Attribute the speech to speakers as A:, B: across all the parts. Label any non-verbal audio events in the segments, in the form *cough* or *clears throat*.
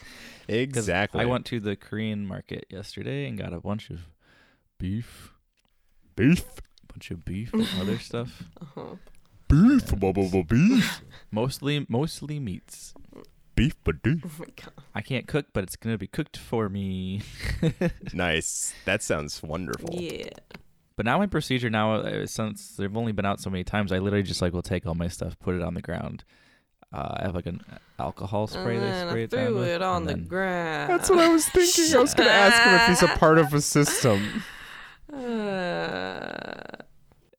A: Exactly.
B: I went to the Korean market yesterday and got a bunch of beef,
A: beef.
B: bunch of beef and other stuff.
C: Uh-huh. *laughs*
A: Beef. Blah, blah, blah, beef.
B: Mostly, mostly meats.
A: Beef. But beef.
C: Oh
B: *laughs*
C: my god.
B: I can't cook, but it's gonna be cooked for me.
A: Nice. That sounds wonderful.
C: Yeah.
B: But now my procedure now, uh, since they've only been out so many times, I literally just like will take all my stuff, put it on the ground. Uh, I have like an alcohol spray
C: and
B: they
C: then
B: spray
C: I
B: it down
C: threw
B: with,
C: it on
B: and
C: the
B: then-
C: ground.
A: That's what I was thinking. I was going to ask him if he's a part of a system.
C: *laughs* Uh,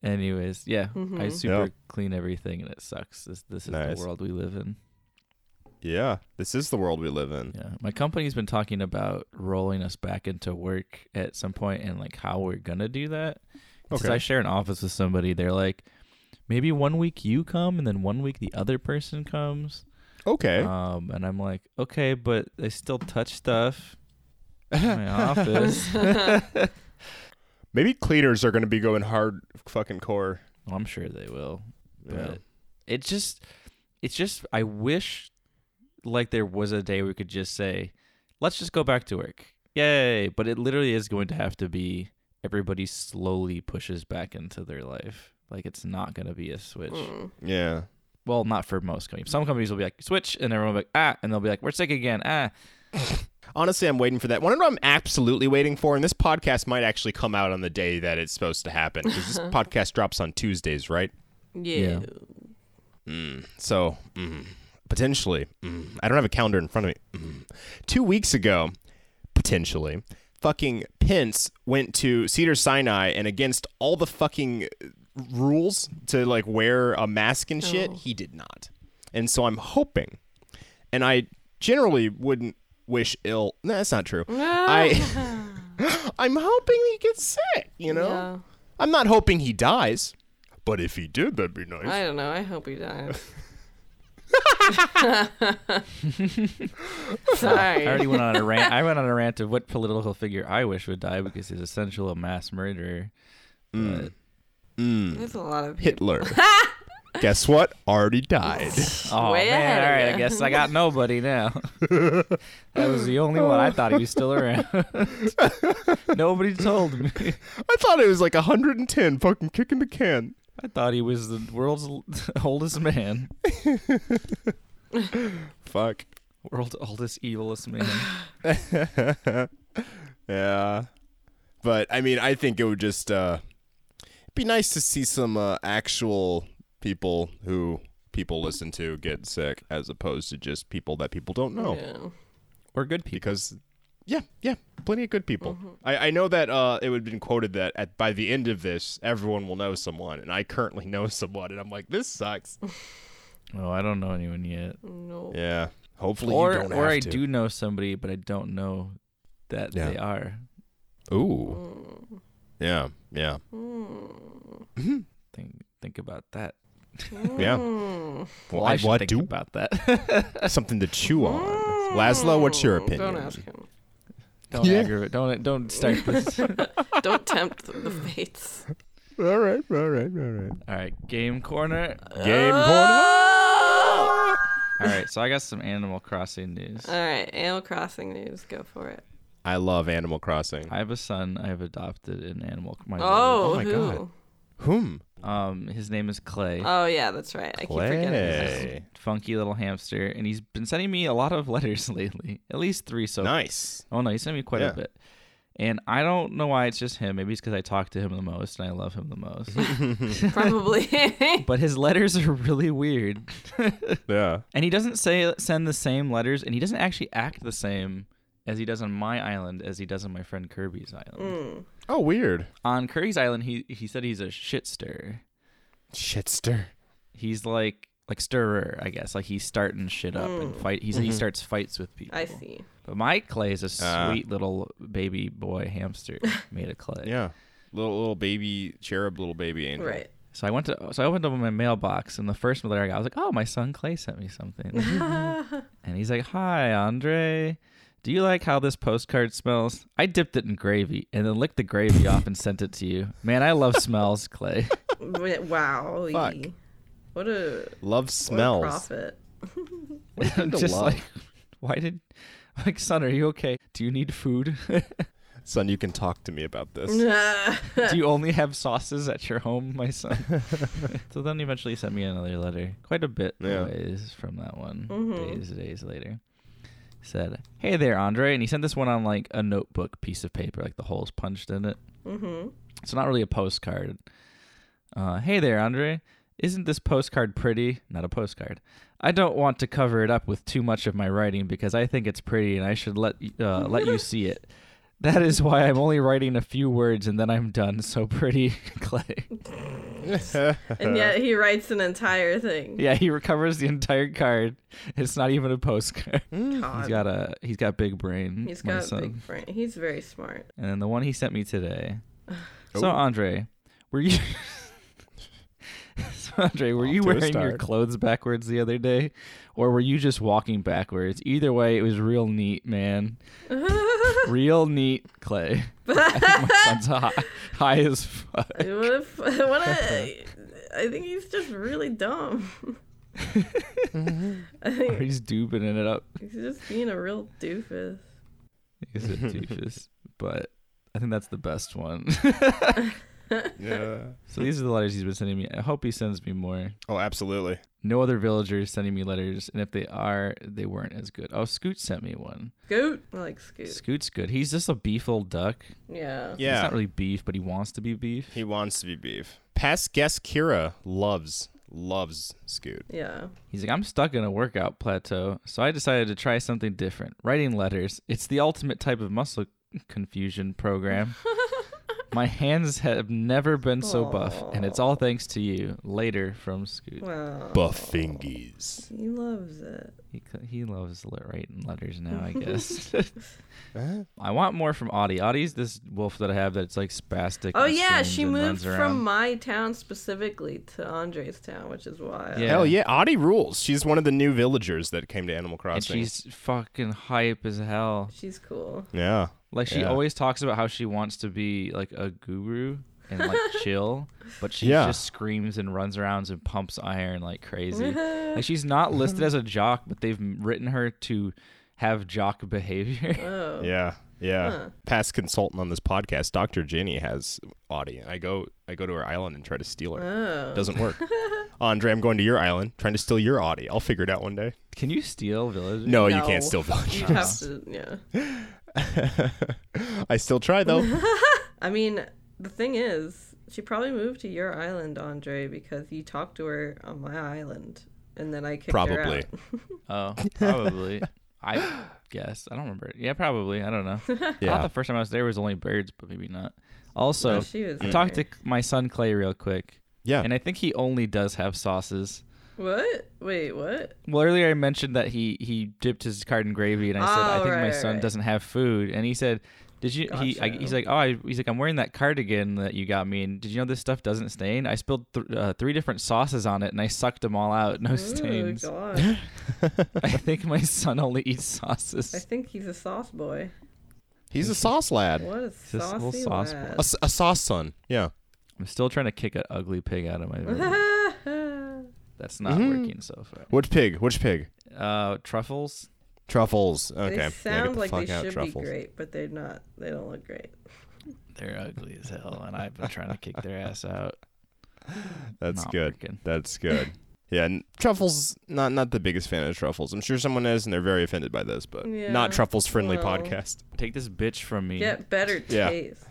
B: Anyways, yeah,
C: Mm-hmm.
B: I super
A: Yeah.
B: clean everything, and it sucks. This this is
A: Nice.
B: the world we live in.
A: Yeah. This is the world we live in.
B: Yeah, my company's been talking about rolling us back into work at some point, and like how we're gonna do that. Because
A: Okay.
B: I share an office with somebody, they're like, maybe one week you come, and then one week the other person comes.
A: Okay.
B: Um, and I'm like, okay, but they still
A: *laughs*
B: touch stuff. in my office.
A: Maybe cleaners are going to be going hard fucking core.
B: Well, I'm sure they will. But
A: Yeah.
B: it just it's just I wish like there was a day we could just say, let's just go back to work. Yay. But it literally is going to have to be everybody slowly pushes back into their life. Like it's not gonna be a switch.
A: Yeah.
B: Well, not for most companies. Some companies will be like switch and everyone will be like, ah, and they'll be like, We're sick again, ah.
A: Honestly, I'm waiting for that. One know what I'm absolutely waiting for, and this podcast might actually come out on the day that it's supposed to happen because this podcast drops on Tuesdays, right?
C: yeah.
A: So, mm, potentially, mm, I don't have a calendar in front of me. Mm. Two weeks ago, potentially, fucking Pence went to Cedar Sinai and against all the fucking rules to like wear a mask and shit,
C: Oh.
A: he did not. And so I'm hoping, and I generally wouldn't wish ill. No, that's not true. I.
C: *laughs*
A: *laughs* I'm hoping he gets sick, you know?
C: Yeah.
A: I'm not hoping he dies, but if he did, that'd be nice.
C: I don't know. I hope he dies.
A: *laughs*
B: I
C: Sorry.
B: already went on a rant I went on a rant of what political figure I wish would die because he's essential a mass murderer. But-
A: Mm.
C: There's a lot of people.
B: *laughs*
A: Hitler. Guess what? Already died.
B: Oh
C: Way
B: man!
C: ahead of
B: all right,
C: ya.
B: I guess I got nobody *laughs* now. that was the only one I thought he was still around. *laughs* nobody told me.
A: I thought it was like 110 fucking kicking the can.
B: I thought he was the world's l- *laughs* oldest man,
A: Fuck. *laughs*
B: world's oldest evilest man.
A: Yeah. But I mean, I think it would just uh be nice to see some uh, actual people who people listen to get sick as opposed to just people that people don't know.
C: Yeah.
B: Or good people.
A: because yeah yeah plenty of good people I, I know that uh, it would have been quoted that at, by the end of this everyone will know someone and i currently know *laughs* someone and i'm like this sucks
B: Oh, I don't know anyone yet.
C: No.
A: yeah hopefully you
B: Or
A: don't
B: or
A: have
B: I
A: to.
B: do know somebody, but I don't know that
A: Yeah.
B: they are.
A: ooh yeah yeah
B: Think think about that.
C: Mm-hmm.
A: yeah
B: Well, I should think about Mm. that. *laughs*
A: something to chew on laszlo what's your opinion
C: Don't ask him.
B: don't
A: Yeah.
B: aggravate. Don't don't
C: *laughs*
B: start this. *laughs*
C: Don't tempt the fates.
A: all right all right all right
B: All right, game corner.
A: game
B: Uh,
A: corner
B: All right, so I got some Animal Crossing news.
C: All right. Animal Crossing news. Go for it.
A: i love animal crossing
B: I have a son. I have adopted an animal. My
C: Oh,
A: my
C: who?
A: God. whom
B: Um, his name is Clay.
C: Oh yeah, that's right. I keep forgetting. his
A: *laughs*
C: name.
A: Clay.
B: funky little hamster, and *laughs* he's been sending me a lot of letters lately. At least three so.
A: nice
B: Oh no, he sent me quite
A: Yeah.
B: a bit. And I don't know why it's just him. Maybe it's because I talk to him the most and I love him the
C: *laughs*
B: most.
C: Probably.
B: but his letters are really weird. *laughs*
A: Yeah.
B: and he doesn't say send the same letters and he doesn't actually act the same as he does on my island as he does on my friend Kirby's island.
C: Mm.
A: Oh, weird.
B: On Kirby's island he he said he's a shitster.
A: Shitster.
B: He's like like stirrer, I guess. Like he's starting shit up and fight he's, he starts fights with people.
C: Mm. I see.
B: But my clay is a
A: Ah.
B: sweet little baby boy
C: *laughs*
B: hamster made of clay.
A: Yeah. Little little baby cherub, little baby angel.
C: Right.
B: So I went to so I opened up my mailbox and the first letter I got I was like, "Oh, my son Clay sent me something." and he's like, "Hi, Andre. Do you like how this postcard smells? I dipped it in gravy and then licked the gravy off and sent it to you. Man, I love smells, Clay.
C: Wi- Wow.
A: Fuck.
C: What a
A: Love
C: what a
A: smells.
C: profit.
A: *laughs*
B: I'm
A: to
B: *laughs* just
A: love?
B: like, why did like son, are you okay? Do you need food? *laughs*
A: Son, you can talk to me about this.
C: Nah.
B: *laughs* Do you only have sauces at your home, my son? *laughs* so then he eventually sent me another letter, quite a bit
A: Yeah.
B: ways from that one, days days later. Said, "Hey there, Andre," and he sent this one on like a notebook piece of paper, like the holes punched in it. Mm-hmm. It's not really a postcard. Uh, hey there, Andre. Isn't this postcard pretty? Not a postcard. I don't want to cover it up with too much of my writing because I think it's pretty and I should let y- uh, let *laughs* you see it. That is why I'm only writing a few words and then I'm done. So pretty, *laughs* Clay.
C: *laughs* and yet he writes an entire thing.
B: Yeah, he recovers the entire card. It's not even a postcard. He's
C: God.
B: got a he's got big brain.
C: Hmm. He's
B: my
C: got
B: son.
C: big brain. He's very smart. *laughs*
B: and then the one he sent me
C: *sighs*
B: today. So Andre, were you? *laughs* so Andre, were
A: Off
B: you
A: to a
B: wearing your
A: start.
B: clothes backwards the other day, or were you just walking backwards? Either way, it was real neat,
C: *laughs*
B: man. real neat, Clay. *laughs* I think my son's high, high as fuck.
C: *laughs* what a, f- what a, I think he's just
B: *laughs*
C: really dumb. I
B: Or
C: think
B: he's duping it up.
C: he's just being a real doofus.
B: He's a doofus, but I think that's the best one. *laughs*
A: Yeah.
B: so these are the letters he's been sending me. I hope he sends me more.
A: Oh, absolutely.
B: No other villagers sending me letters, and if they are, they weren't as good. Oh, Scoot sent me one.
C: Scoot. I like Scoot.
B: Scoot's good. He's just a beef old duck.
C: Yeah.
B: It's
A: Yeah.
B: not really beef, but he wants to be beef.
A: he wants to be beef. Past guest Kira loves loves Scoot.
C: Yeah.
B: He's like, I'm stuck in a workout plateau, so I decided to try something different. Writing letters. It's the ultimate type of muscle confusion program. My hands have never been so buff, and it's all thanks to you. Later from Scoot.
C: Wow.
A: Buffingies.
C: He loves it.
B: He, c- he loves le- writing letters now,
C: *laughs*
B: I guess. I want more from Audie. Audie's this wolf that I have that's like spastic.
C: Oh
B: and
C: yeah,
B: screams
C: she
B: and
C: moved
B: runs around.
C: from my town specifically to Andre's town, which is wild.
B: Yeah.
A: Hell yeah, Audie rules. She's one of the new villagers that came to Animal
B: And
A: Crossing.
B: she's fucking hype as hell. *laughs*
C: She's cool.
A: yeah.
B: Like she
A: Yeah.
B: always talks about how she wants to be like a guru and
C: *laughs*
B: like chill, but she
A: Yeah.
B: just screams and runs around and pumps iron like
C: *laughs*
B: crazy. like she's not listed as a jock, but they've m- written her to have jock behavior.
A: Yeah. Yeah. Past consultant on this podcast, Dr. Ginny has Audie. I go I go to her island and try to steal her.
B: Oh.
A: Doesn't
B: *laughs*
A: work. Andre, I'm going to your island, trying to steal your Audie. I'll figure it out one day.
B: *laughs* Can you steal villagers?
A: No, you
C: No.
A: can't
C: *laughs*
A: steal
C: You have
A: villagers.
C: to, yeah.
A: I still try though.
B: *laughs*
C: I mean, the thing is, she probably moved to your island, Andre, because you talked to her on my island, and then I kicked her
A: Probably.
C: out.
A: *laughs*
B: Oh, probably. I guess I don't remember. Yeah, probably. I
C: *laughs*
B: don't know. I thought
A: Yeah.
B: the first time I was there was only birds, but maybe not. Also,
C: No, *laughs* she was
B: I talked to
C: there.
B: my son Clay real quick,
A: Mm. Yeah.
B: and I think he only does have sauces.
C: What? Wait, what?
B: Well, earlier I mentioned that he he dipped his card in gravy, and I said,
C: Oh,
B: "I think my
C: right,
B: son
C: right.
B: doesn't have food." And he said, "Did you?" He I,
C: Gotcha.
B: he's like, "Oh, I, he's like, I'm wearing that cardigan that you got me, and did you know this stuff doesn't stain? I spilled th- uh, three different sauces on it, and I sucked them all out, no
C: Oh
B: stains.
C: gosh.
A: *laughs*
B: I think my son only eats
C: I
B: sauces.
C: think he's a sauce boy.
A: He's a sauce lad.
C: What a
B: a little
C: saucy
B: sauce
A: A,
C: lad.
A: s- a sauce son. Yeah.
B: I'm still trying to kick an ugly pig out of
C: *laughs*
B: my room. That's not
C: Mm-hmm.
B: working so far.
A: Which pig? Which pig?
B: Uh, truffles.
A: Truffles. Okay.
C: *laughs* They
A: Yeah, get
C: sound
A: the
C: like they
A: fuck out,
C: should be
A: truffles. Mm.
C: great, but they're not. They don't look great.
B: They're ugly as hell, and I've been trying to kick their ass out.
A: That's
B: Not
A: good.
B: working.
C: *laughs*
A: That's good. Yeah, n- truffles. Not not the biggest fan of truffles. I'm sure someone is, and they're very offended by this, but
C: Yeah,
A: not truffles friendly
C: well.
A: podcast. *laughs*
B: Take this bitch from me.
C: Get better
A: Yeah.
C: taste.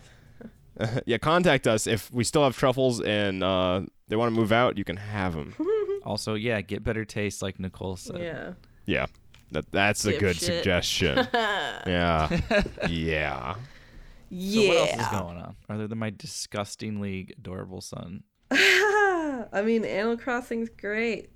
A: yeah, contact us if we still have truffles and uh, they want to move out. You can have
C: *laughs*
A: them.
B: Also, yeah, get better taste, like Nicole said.
C: Yeah.
A: yeah, that, that's a good
C: Dipshit. *laughs*
A: suggestion. yeah, yeah.
B: So
C: Yeah.
B: what else is going on other than my disgustingly adorable
C: *laughs*
B: son?
C: I mean, Animal Crossing's great.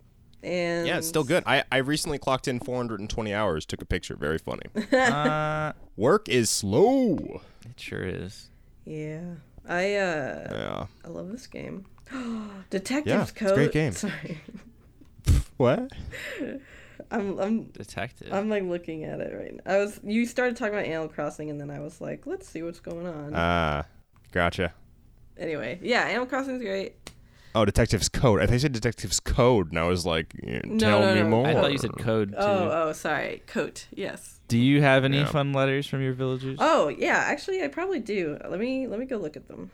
C: And
A: Yeah, it's still good. I, I recently clocked in 420 hours, took a picture. Very funny.
B: uh,
A: Work is slow.
B: it sure is.
C: Yeah. I uh
A: Yeah.
C: I love this game. *gasps* Detective's
A: Yeah, it's a
C: Code.
A: great game.
C: *laughs* Sorry.
A: What?
C: I'm I'm
B: Detective.
C: I'm like looking at it right now. I was you started talking about Animal Crossing and then I was like, let's see what's going on.
A: Ah, gotcha.
C: anyway, yeah, Animal Crossing's great.
A: Oh, Detective's Code. I think I said Detective's Code, and I was like, eh,
C: No,
A: tell
C: no,
A: me
C: no.
A: more.
B: I thought you said code too.
C: Oh, oh, sorry. Coat. Yes.
B: Do you have any
A: Yeah.
B: fun letters from your villagers?
C: Oh, yeah, actually I probably do. Let me let me go look at them.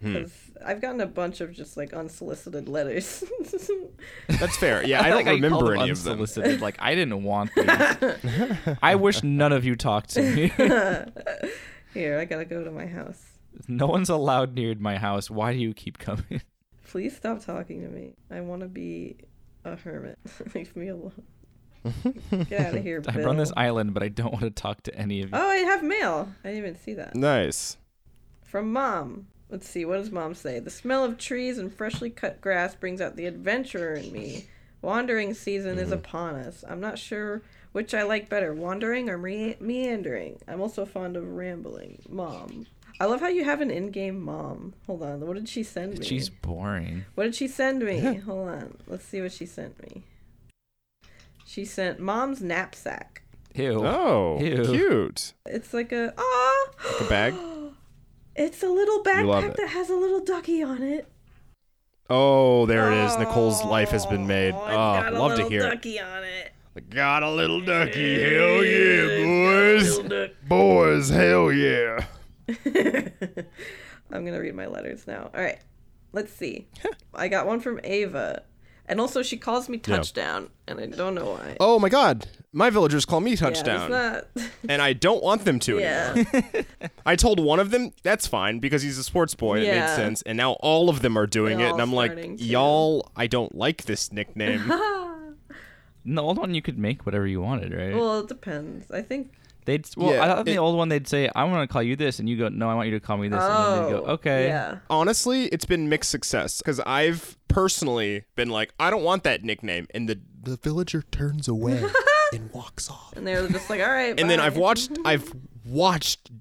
B: Hmm.
C: Cuz I've gotten a bunch of just like unsolicited letters. *laughs*
A: That's fair. Yeah, I don't
B: Like, you called
A: remember
B: them
A: any of them.
B: unsolicited. Like I didn't want
C: *laughs*
B: these. I wish none of you talked to me.
C: *laughs* Here, I got to go to my house.
B: no one's allowed near my house. Why do you keep coming? *laughs*
C: Please stop talking to me. I want to be a hermit. *laughs* Leave
B: *laughs*
C: me alone. Get out of here,
B: I
C: Bill.
B: run this island, but I don't want to talk to any of you.
C: oh, I have mail. I didn't even see that.
A: Nice.
C: From mom. Let's see. What does mom say? The smell of trees and freshly cut grass brings out the adventurer in me. Wandering season is upon us. I'm not sure which I like better, wandering or me- meandering. I'm also fond of rambling. Mom. I love how you have an in-game mom. Hold on. What did she send me?
B: She's boring.
C: What did she send me? Hold on. Let's see what she sent me. She sent mom's knapsack.
B: Ew.
A: Oh,
B: Ew.
A: cute.
C: It's like a ah.
A: A bag.
C: *gasps* It's a little
A: love
C: backpack
A: it.
C: that has a little ducky on it.
A: Oh, there it is. Nicole's life has been made.
C: Oh,
A: Oh,
C: it's got a
A: love to
C: little
A: hear
C: ducky on it.
A: it. Got a little ducky. Hell yeah, boys.
C: Duck.
A: Boys, hell yeah.
C: *laughs* I'm gonna read my letters now. All right,
A: *laughs*
C: let's see. I got one from Ava, and also she calls me touchdown, and I don't know why.
A: Oh my god. My villagers call me
C: Yeah, it's
A: touchdown.
C: *laughs* not-
A: and I don't want them to anymore.
C: yeah.
A: I told one of them, that's fine, because he's a sports boy. It made
C: Yeah.
A: sense. And now all of them are doing
C: They're
A: it. And
C: all
A: I'm like,
C: starting to.
A: y'all, I don't like this
C: *laughs*
A: nickname.
B: In the old one, you could make whatever you wanted, right?
C: well, it depends. I think
B: they'd well,
A: Yeah,
B: I thought in
A: it-
B: the old one they'd say, "I want to call you this," and you go, "No, I want you to call me this," and then they'd go, "Okay."
C: Oh, Yeah.
A: Honestly, it's been mixed success because I've personally been like, I don't want that nickname. And the, the villager turns
C: *laughs*
A: away and walks off.
C: And they were just like, all right.
A: and then
C: bye."
A: I've watched I've watched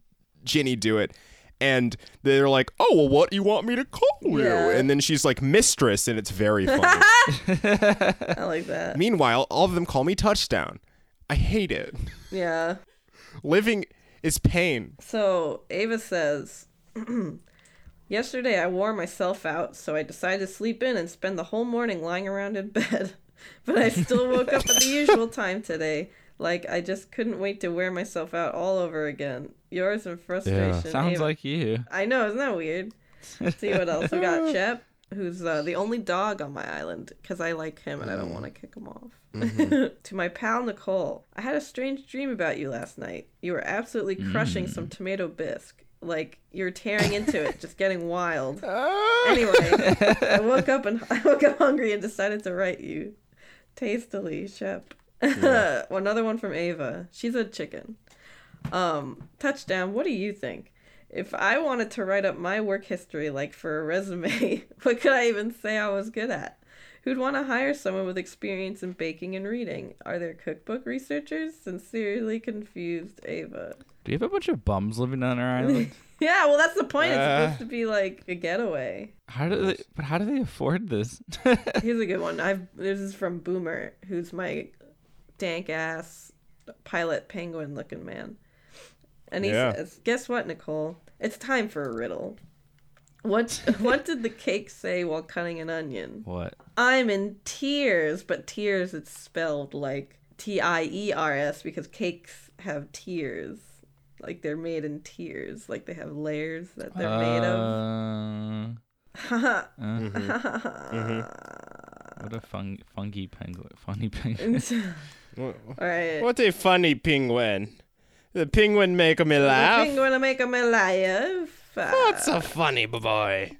A: Ginny do it, and they're like, "Oh, well, what do you want me to call you?"
C: Yeah.
A: And then she's like, "Mistress," and it's very
C: *laughs*
A: funny.
C: *laughs* I like that.
A: Meanwhile, all of them call me Touchdown. I hate it.
C: Yeah.
A: Living is pain.
C: So Ava says, *clears throat* Yesterday I wore myself out, so I decided to sleep in and spend the whole morning lying around in *laughs* bed. but I still woke up at the usual time today. Like, I just couldn't wait to wear myself out all over again. Yours in frustration.
B: Sounds
C: Ava.
B: like you.
C: I know, isn't that weird? Let's see what else we got. Shep, who's uh, the only dog on my island, because I like him and I don't want to kick him off. *laughs* to my pal Nicole, I had a strange dream about you last night. You were absolutely crushing some tomato bisque. Like you're tearing into it, just getting wild. Anyway, I woke up and *laughs* I woke up hungry and decided to write you tastily, Shep. *laughs* Another one from Ava. She's a chicken. Um, touchdown. What do you think? If I wanted to write up my work history, like for a resume, *laughs* what could I even say I was good at? Who'd want to hire someone with experience in baking and reading? Are there cookbook researchers? Sincerely confused, Ava. *laughs*
B: Do you have a bunch of bums living on our island?
C: Yeah, well, that's the point. It's supposed to be like a getaway.
B: How do they? But how do they afford this? *laughs*
C: Here's a good one. I've this is from Boomer, who's my dank ass pilot penguin looking man. And he
A: Yeah.
C: says, "Guess what, Nicole? It's time for a riddle. What *laughs* what did the cake say while cutting an onion?
B: what?
C: I'm in tears, but tears it's spelled like T I E R S because cakes have tears. Like they're made in tears, like they have layers that
B: Uh.
C: *laughs* they're made of.
B: Uh, mm-hmm.
A: Mm-hmm.
B: What a fun, funky penguin. Funny penguin.
C: All right.
A: What a funny penguin. The penguin make me
C: I
A: laugh.
C: think I'm gonna make him alive. Uh,
A: What's a funny boy?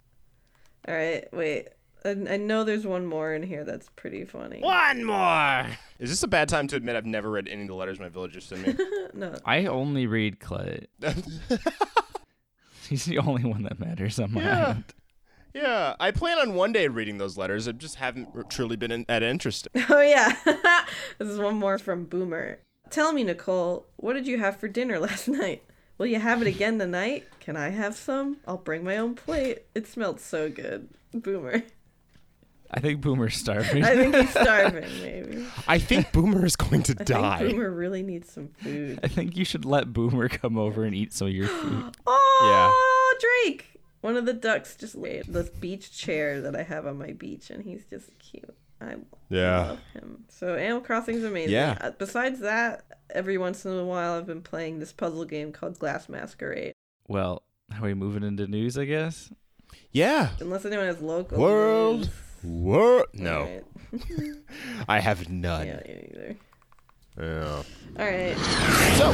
C: all right, wait. I, I know there's one more in here that's pretty funny.
A: One more. Is this a bad time to admit I've never read any of the letters my villagers send me?
C: No,
B: I only read Clay. *laughs* He's the only one that matters on
A: *laughs*
B: my
A: Yeah.
B: end.
A: yeah, I plan on one day reading those letters. I just haven't r- truly been in- at interest.
C: *laughs* Oh yeah. *laughs* this is one more from Boomer. Tell me, Nicole, what did you have for dinner *laughs* last night? Will you have it again tonight? Can I have some? I'll bring my own plate. It smelled so good. Boomer.
B: I think Boomer's starving.
C: I think he's starving, maybe.
A: I think Boomer is going to
C: *laughs* I think Boomer really needs some food.
B: *laughs* I think you should let Boomer come over and eat some of
A: *gasps*
B: your food.
C: Oh Drake! One of the ducks just laid this beach chair that I have on my beach and he's just cute. I
A: Yeah. *sighs*
C: love him. So Animal Crossing is amazing.
A: Yeah.
C: Uh, Besides that, every once in a while I've been playing this puzzle game called Glass Masquerade.
B: Well, are we moving into news, I guess?
A: Yeah.
C: Unless anyone has local
A: World.
C: news.
A: Wor-
C: All
A: no,
C: right.
A: I have none.
C: Yeah, me neither.
A: Yeah.
C: All right.
A: So,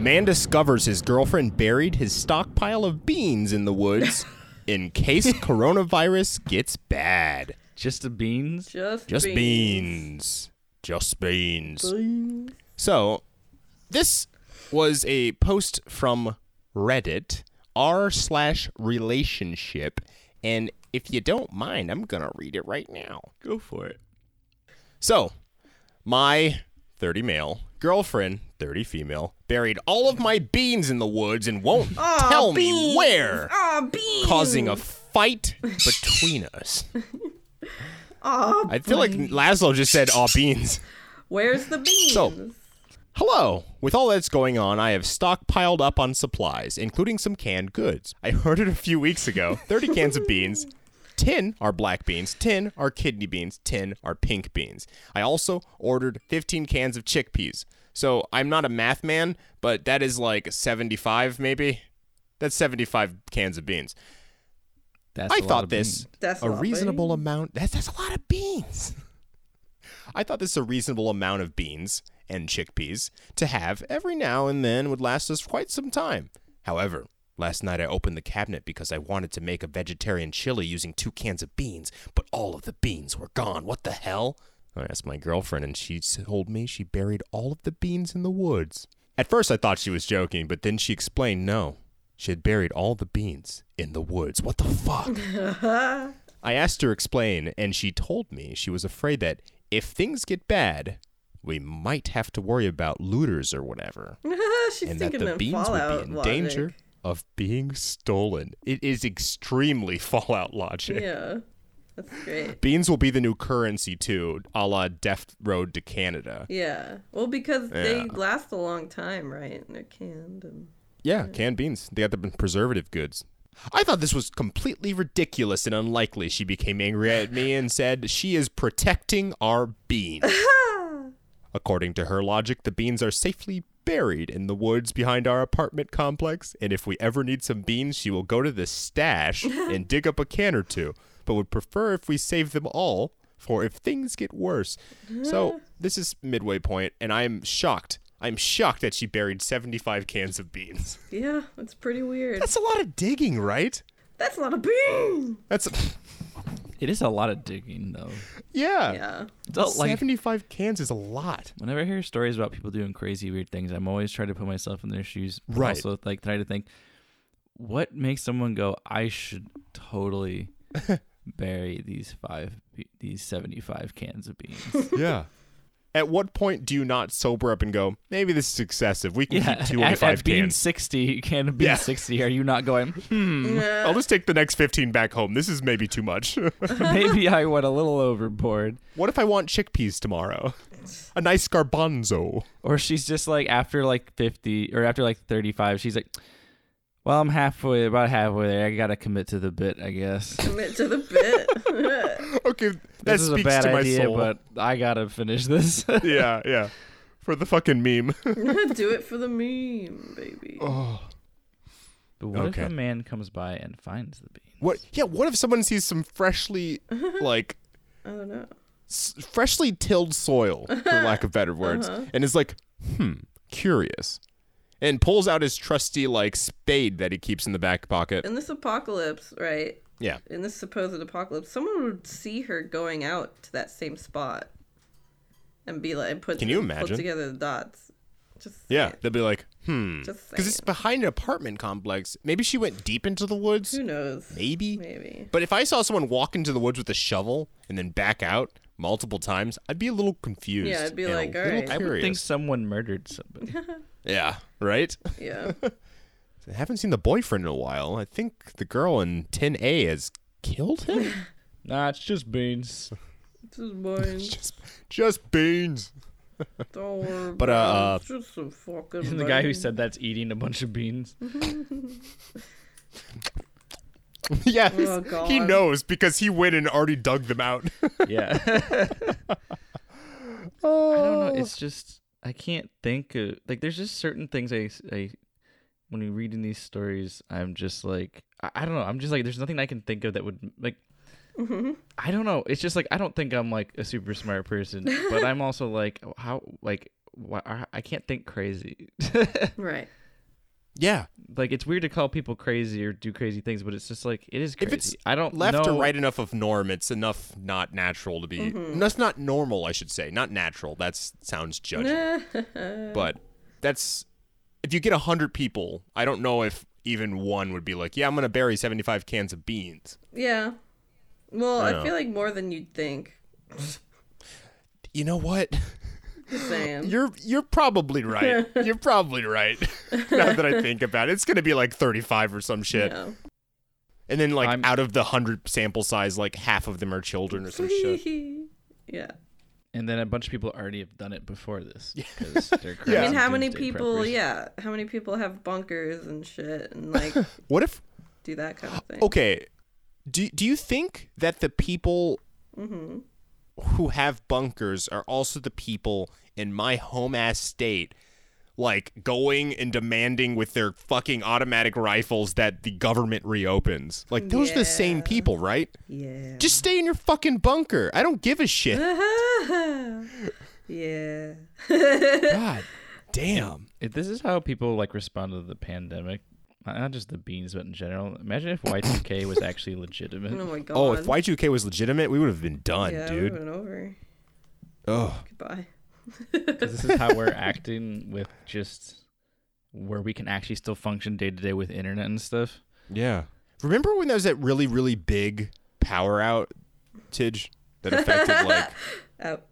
A: man discovers his girlfriend buried his stockpile of beans in the woods in case coronavirus gets bad.
B: Just the beans?
C: Just
A: Just
C: beans.
A: beans. Just beans. So, this was a post from Reddit r slash relationship, and if you don't mind, I'm gonna read it right now.
B: Go for it.
A: So, my 30 male girlfriend, 30 female, buried all of my beans in the woods and won't
C: Aw,
A: tell me
C: beans.
A: where,
C: Aw, beans.
A: causing a fight between us.
C: Aw,
A: I feel like Laszlo just said, "Aw, beans."
C: Ah, where's the beans? *laughs*
A: So- Hello. With all that's going on, I have stockpiled up on supplies, including some canned goods. I ordered a few weeks ago 30 cans of beans. 10 are black beans, 10 are kidney beans, 10 are pink beans. I also ordered 15 cans of chickpeas. So I'm not a math man, but that is like 75 maybe. That's 75 cans of beans.
B: That's
A: I
B: a lot
A: thought
B: of
A: this
B: beans.
C: That's
A: a
C: lot of
A: reasonable
C: beans.
A: amount. That's, that's a lot of beans. I thought this a reasonable amount of beans and chickpeas to have every now and then would last us quite some time. However, last night I opened the cabinet because I wanted to make a vegetarian chili using two cans of beans, but all of the beans were gone. What the hell? I asked my girlfriend, and she told me she buried all of the beans in the woods. At first, I thought she was joking, but then she explained no. She had buried all the beans in the woods. What the fuck? I asked her to explain, and she told me she was afraid that if things get bad, we might have to worry about looters or whatever,
C: She's
A: and that
C: thinking
A: the
C: of
A: beans
C: Fallout
A: would be in
C: logic.
A: danger of being stolen. It is extremely *laughs* Fallout logic.
C: Yeah, that's great.
A: Beans will be the new currency too, a la Death Road to Canada.
C: Yeah. Well, because they
A: Yeah.
C: last a long time, right? And they're canned. And...
A: Yeah, canned beans. They got the preservative goods. I thought this was completely ridiculous and unlikely. She became angry at me and said she is protecting our beans. According to her logic, the beans are safely buried in the woods behind our apartment complex, and if we ever need some beans, she will go to the stash and dig up a can or two, but would prefer if we save them all for if things get worse. So, this is midway point, and I'm shocked. I'm shocked that she buried 75 cans of beans.
C: Yeah, that's pretty weird.
A: That's a lot of digging, right?
C: That's a lot of beans.
A: That's *laughs*
B: It is a lot of digging, though.
A: yeah.
C: Yeah.
B: It's not like
A: 75 cans is a lot.
B: whenever I hear stories about people doing crazy weird things, I'm always trying to put myself in their shoes. but
A: Right.
B: Also, like try to think, what makes someone go, I should
A: *laughs*
B: totally bury these five, be- these seventy-five cans of
A: *laughs*
B: beans.
A: Yeah. At what point do you not sober up and go, maybe this is excessive. We can
B: yeah. *laughs*
A: keep
B: At,
A: 25
B: at bean
A: cans.
B: sixty, can of bean
A: Yeah.
B: sixty. Are you
A: *laughs*
B: not going? *laughs*
A: I'll just take the next 15 back home. This is maybe too much. *laughs*
B: Maybe I went a little overboard.
A: what if I want chickpeas tomorrow? A nice garbanzo.
B: Or she's just like after like fifty or after like thirty-five, she's like. Well, I'm halfway, about halfway there. I gotta commit to the bit, I guess.
C: Commit to the bit. *laughs*
A: Okay, that
B: this is
A: speaks
B: a bad
A: to my
B: idea,
A: soul.
B: but I gotta finish this.
A: *laughs*
B: *laughs*
A: yeah, yeah. For the fucking meme.
C: Do it for the meme, baby.
B: Oh. But what
A: Okay.
B: if a man comes by and finds the bean?
C: *laughs*
A: what? Yeah. What if someone sees some freshly, like,
C: I don't know.
A: s- freshly tilled soil,
C: *laughs*
A: for lack of better words,
C: Uh-huh.
A: and is like, hmm, curious, and pulls out his trusty like spade that he keeps in the back pocket.
C: In this apocalypse, right?
A: Yeah,
C: In this supposed apocalypse, someone would see her going out to that same spot, and be like, and put
A: Can you
C: put
A: imagine?
C: together the dots? Just
A: yeah,
C: saying.
A: they'll be like, hmm,
C: Just
A: because it's
C: saying.
A: behind an apartment complex. Maybe she went deep into the woods.
C: Who knows?
A: Maybe.
C: Maybe.
A: But if I saw someone walk into the woods with a shovel and then back out multiple times, I'd be a little confused.
C: Yeah, I'd be
A: and a
C: like, all
A: little
C: right. I
B: I would think
A: curious.
B: someone murdered somebody.
A: Yeah, right.
C: Yeah.
A: I haven't seen the boyfriend in a while. I think the girl in 10A has killed him.
C: *laughs*
B: nah, it's just beans.
C: This is
A: *laughs*
C: boring.
A: just, just beans. *laughs*
C: Don't worry
A: But,
C: about
A: uh,
C: it. It's just some fucking.
B: And *laughs* the guy who
C: rain.
B: said that's eating a bunch of beans.
A: yeah,
C: Oh,
A: he's- *laughs* he
C: God.
A: knows because he went and already dug them out. *laughs*
B: Yeah. *laughs* I don't know.
A: Oh.
B: It's just I can't think of like. There's just certain things I I when we read in these stories, I'm just like I, I don't know. I'm just like there's nothing I can think of that would like.
A: Mm-hmm.
B: I don't know. It's just like I don't think I'm like a super smart person,
A: *laughs*
B: but I'm also like "Oh, how like why, I- I can't think crazy. *laughs*
C: Right.
A: yeah,
B: like it's weird to call people crazy or do crazy things, but it's just like it is crazy.
A: if it's
B: I don't
A: left
B: know.
A: or right enough of norm, it's enough not natural to be.
C: Mm-hmm.
A: That's not normal, I should say. Not natural. That sounds judging,
C: *laughs*
A: but that's if you get hundred people, I don't know if even one would be like, yeah, I'm gonna bury 75 cans of beans.
C: yeah. Well, I,
A: know.
C: feel like more than you'd think.
A: You know what? *gasps*
C: Just saying.
A: You're you're probably
C: *laughs*
A: right. you're probably right. *laughs* now that I think about it, it's gonna be like 35 or some shit.
C: Yeah.
A: And then like
B: I'm-
A: out of the hundred sample size, like half of them are children or some
C: *laughs*
A: shit.
C: yeah.
B: And then a bunch of people already have done it before this.
A: *laughs*
B: 'cause they're crazy
C: I mean, how many
B: doomsday
C: people?
B: preppers.
C: Yeah, how many people have bunkers and shit
A: *laughs*
C: and like
A: What if
C: do that kind of thing?
A: okay. Do do you think that the people who have bunkers are also the people in my home ass state like going and demanding with their fucking automatic rifles that the government reopens? Like those are the same people, right?
C: Yeah.
A: Just stay in your fucking bunker. I don't give a shit.
C: *laughs* yeah.
A: God damn.
B: If this is how people like respond to the pandemic, not not just the beans, but in general, imagine
A: *laughs*
B: if Y2K was actually
C: Oh
B: legitimate.
C: my god.
A: Oh, if Y2K was legitimate, we would have been done,
C: yeah,
A: dude.
C: Moving over.
A: Ugh.
C: Goodbye.
B: 'Cause this is how we're acting with just where we can actually still function day to day with internet and stuff.
A: Yeah. Remember when there was that really, really big power outage that
C: *laughs*
A: affected like
C: Out.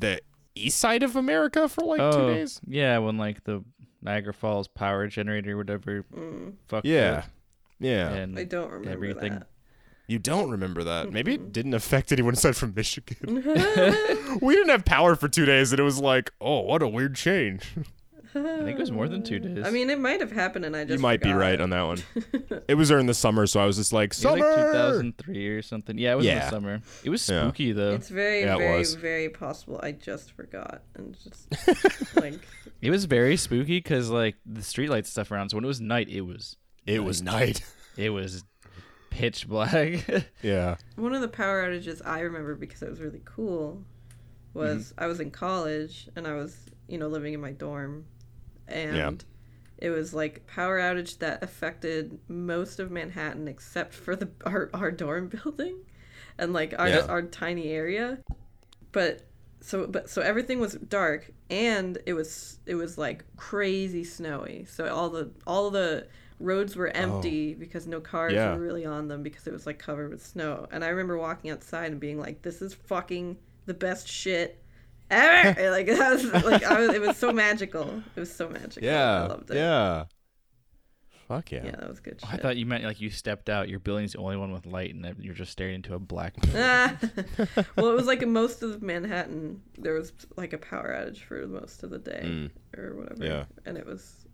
A: the east side of America for like two days?
B: Oh, yeah, when like the Niagara Falls power generator, or whatever,
C: Mm.
B: fucked
A: Yeah.
B: up
A: yeah.
B: and
C: I don't remember
B: everything.
C: that.
A: You don't remember that. Maybe it didn't affect anyone aside from
C: *laughs*
A: Michigan. *laughs* we didn't have power for two days and it was like, oh, what a weird change. *laughs*
B: I think it was more than two days.
C: I mean, it might have happened, and I just
A: you might be
C: forgot.
A: right on that one.
C: *laughs*
A: it was during the summer, so I was just like,
B: It was
A: summer!
B: like 2003 or something. Yeah, it was in
A: Yeah.
B: the summer. It was
A: Yeah.
B: spooky though.
C: It's very,
A: Yeah, it
C: very,
A: was.
C: very possible. I just forgot and just
A: *laughs*
C: like
B: It was very spooky because like the streetlight stuff around. So when it was night, it was
A: it was night.
B: it was pitch black.
A: *laughs*
B: *laughs*
A: yeah.
C: one of the power outages I remember because it was really cool was
A: Mm-hmm.
C: I was in college and I was you know living in my dorm, and it was like power outage that affected most of Manhattan except for the *laughs* our, our dorm building, and like our
A: Yeah.
C: our tiny area, but. So, but so everything was dark, and it was it was like crazy snowy. So all the all the roads were empty because no cars
A: Oh. Yeah.
C: were really on them because it was like covered with snow. And I remember walking outside and being like, "This is fucking the best shit ever!"
A: *laughs*
C: And, like that was like I was, it was so magical. It was so magical. I loved it.
A: Yeah. Fuck
C: Yeah, that was good. Shit.
B: I thought you meant like you stepped out. Your building's the only one with light, and you're just staring into a black. *laughs*
C: Ah. *laughs* well, it was like in most of Manhattan, there was like a power outage for most of the day or whatever.
A: Hmm. Yeah.
C: And it was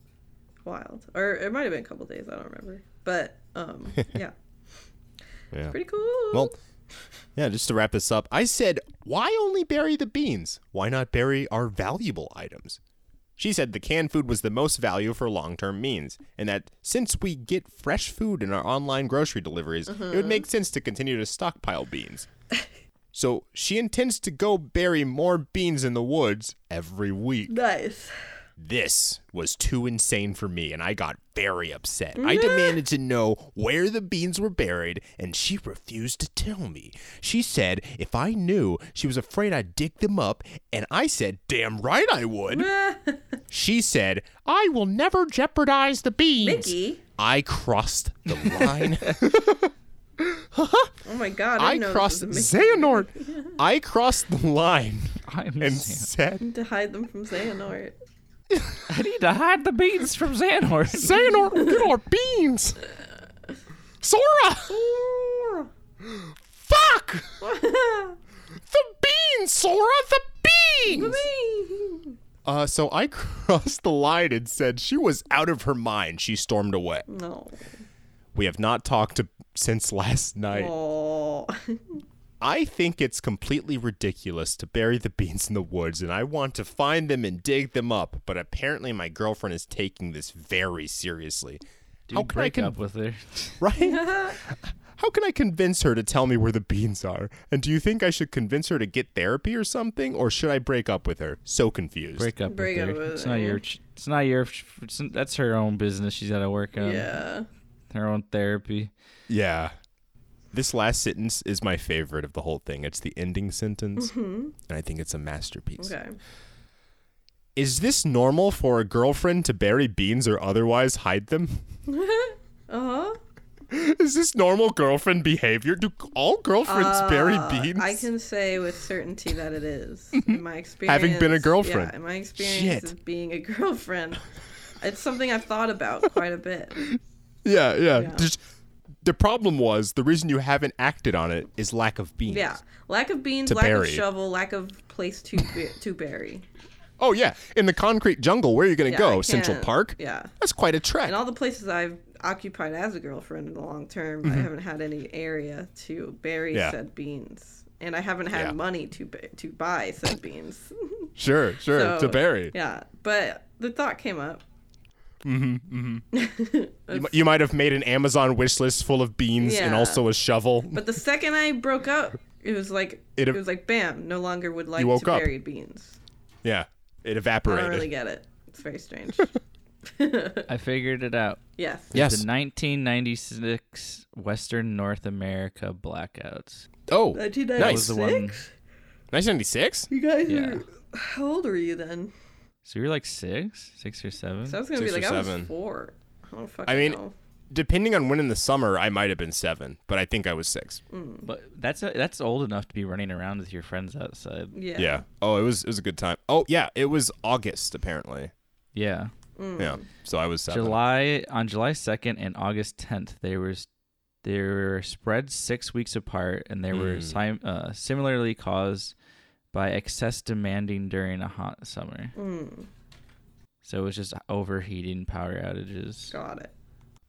C: wild. Or it might have been a couple days, I don't remember. But
A: *laughs*
C: um yeah.
A: Yeah.
C: Pretty cool.
A: Well, yeah, just to wrap this up, I said, why only bury the beans? Why not bury our valuable items? She said the canned food was the most value for long term means, and that since we get
C: Mm-hmm.
A: fresh food in our online grocery deliveries, it would make sense to continue to stockpile beans. So she intends to go bury more beans in the woods every week.
C: Nice.
A: This was too insane for me, and I got very upset. I demanded to know where the beans were buried, and she refused to tell me. She said if I knew, she was afraid I'd dig them up, and I said, damn right I
C: *laughs*
A: would. she said, I will never jeopardize the beans.
C: Mickey.
A: I crossed the line.
C: Oh my god. *laughs* I,
A: I
C: know
A: crossed
C: this is
A: Xehanort.
C: *laughs*
A: I crossed the line
B: I'm
A: and
B: *laughs* Xan-
A: said,
C: amazing. to hide them from Xehanort.
B: I need to hide the beans from Xanhorn.
A: "Xehanort, will get our beans." Sora, fuck the beans, Sora, the beans. Uh, so I *laughs* crossed the line and said she was out of her mind. She stormed away.
C: no.
A: We have not talked to, since last night.
C: Oh.
A: I think it's completely ridiculous to bury the beans in the woods, and I want to find them and dig them up. But apparently, my girlfriend is taking this very seriously. can
B: Dude,
A: I
B: break
A: con-
B: up with her. *laughs*
A: Right?
C: *laughs*
A: How can I convince her to tell me where the beans are? And do you think I should convince her to get therapy or something, or should I break up with her? So confused.
B: Break up
C: Break
B: with
C: up
B: her.
C: with
B: it's
C: her.
B: not your. ch- It's not your. it's- That's her own business. She's got to work on
C: *laughs* Yeah.
A: Um,
B: her own therapy.
A: Yeah. This last sentence is my favorite of the whole thing. It's the ending sentence, and I think it's a masterpiece.
C: Mm-hmm. Okay. *laughs*
A: Is this normal for a girlfriend to bury beans or otherwise hide them? *laughs*
C: Uh-huh.
A: Is this normal girlfriend behavior? Do all girlfriends bury beans?
C: Uh, I can say with certainty that
A: *laughs*
C: it is. In my experience,
A: Having been a girlfriend.
C: Yeah, in my experience
A: Shit.
C: of being a *laughs* girlfriend, it's something I've thought about quite a bit.
A: Yeah, yeah.
C: Yeah.
A: Just- the problem was the reason you haven't acted on it is lack of beans.
C: Yeah, lack of beans,
A: To
C: lack
A: bury.
C: of shovel, lack of place to bu- to bury.
A: Oh yeah, in the concrete jungle, where are you gonna
C: Yeah, I
A: go?
C: can't-
A: Central Park.
C: Yeah,
A: That's quite a trek.
C: and all the places I've occupied as a girlfriend in the long term, I haven't had any area to bury
A: Mm-hmm. Yeah.
C: said beans, and I haven't had
A: Yeah.
C: money to bu- to buy said beans.
A: sure, sure.
C: So, Yeah, but the thought came up.
A: You, mi- you might have made an Amazon wish list full of beans and
C: Yeah.
A: also a shovel.
C: But the second I broke up, it was like
A: It
C: it,
A: ev-
C: was like bam, no longer would like
A: You woke
C: to
A: up.
C: bury beans.
A: yeah, it
C: I
A: evaporated.
C: don't really get it. It's very strange.
A: *laughs*
B: I figured it out.
C: yes.
A: yes.
B: The 1996 Western North America blackouts.
A: oh,
B: That was the one.
C: 1996.
A: ninety-six.
C: You guys
B: Yeah.
C: are. How old were you then?
B: So you were like six, six or seven.
C: So I was gonna be
A: Six
C: like,
A: or
C: I was
A: seven.
C: four. I don't fucking
A: I mean,
C: know.
A: Depending on when in the summer, I might have been seven, but I think I was six.
B: But that's uh, that's old enough to be running around with your friends outside.
C: Yeah.
A: Yeah. Oh, it was it was a good time. Oh yeah, it was August apparently.
B: Yeah.
C: Hmm.
A: Yeah. So I was seven.
B: July on July 2nd and August 10th, they were s- they were spread six weeks apart, and they
A: Hmm.
B: were sim- uh, similarly caused by excess demanding during a hot summer.
C: Mm,
B: So it was just overheating power outages
C: Got it.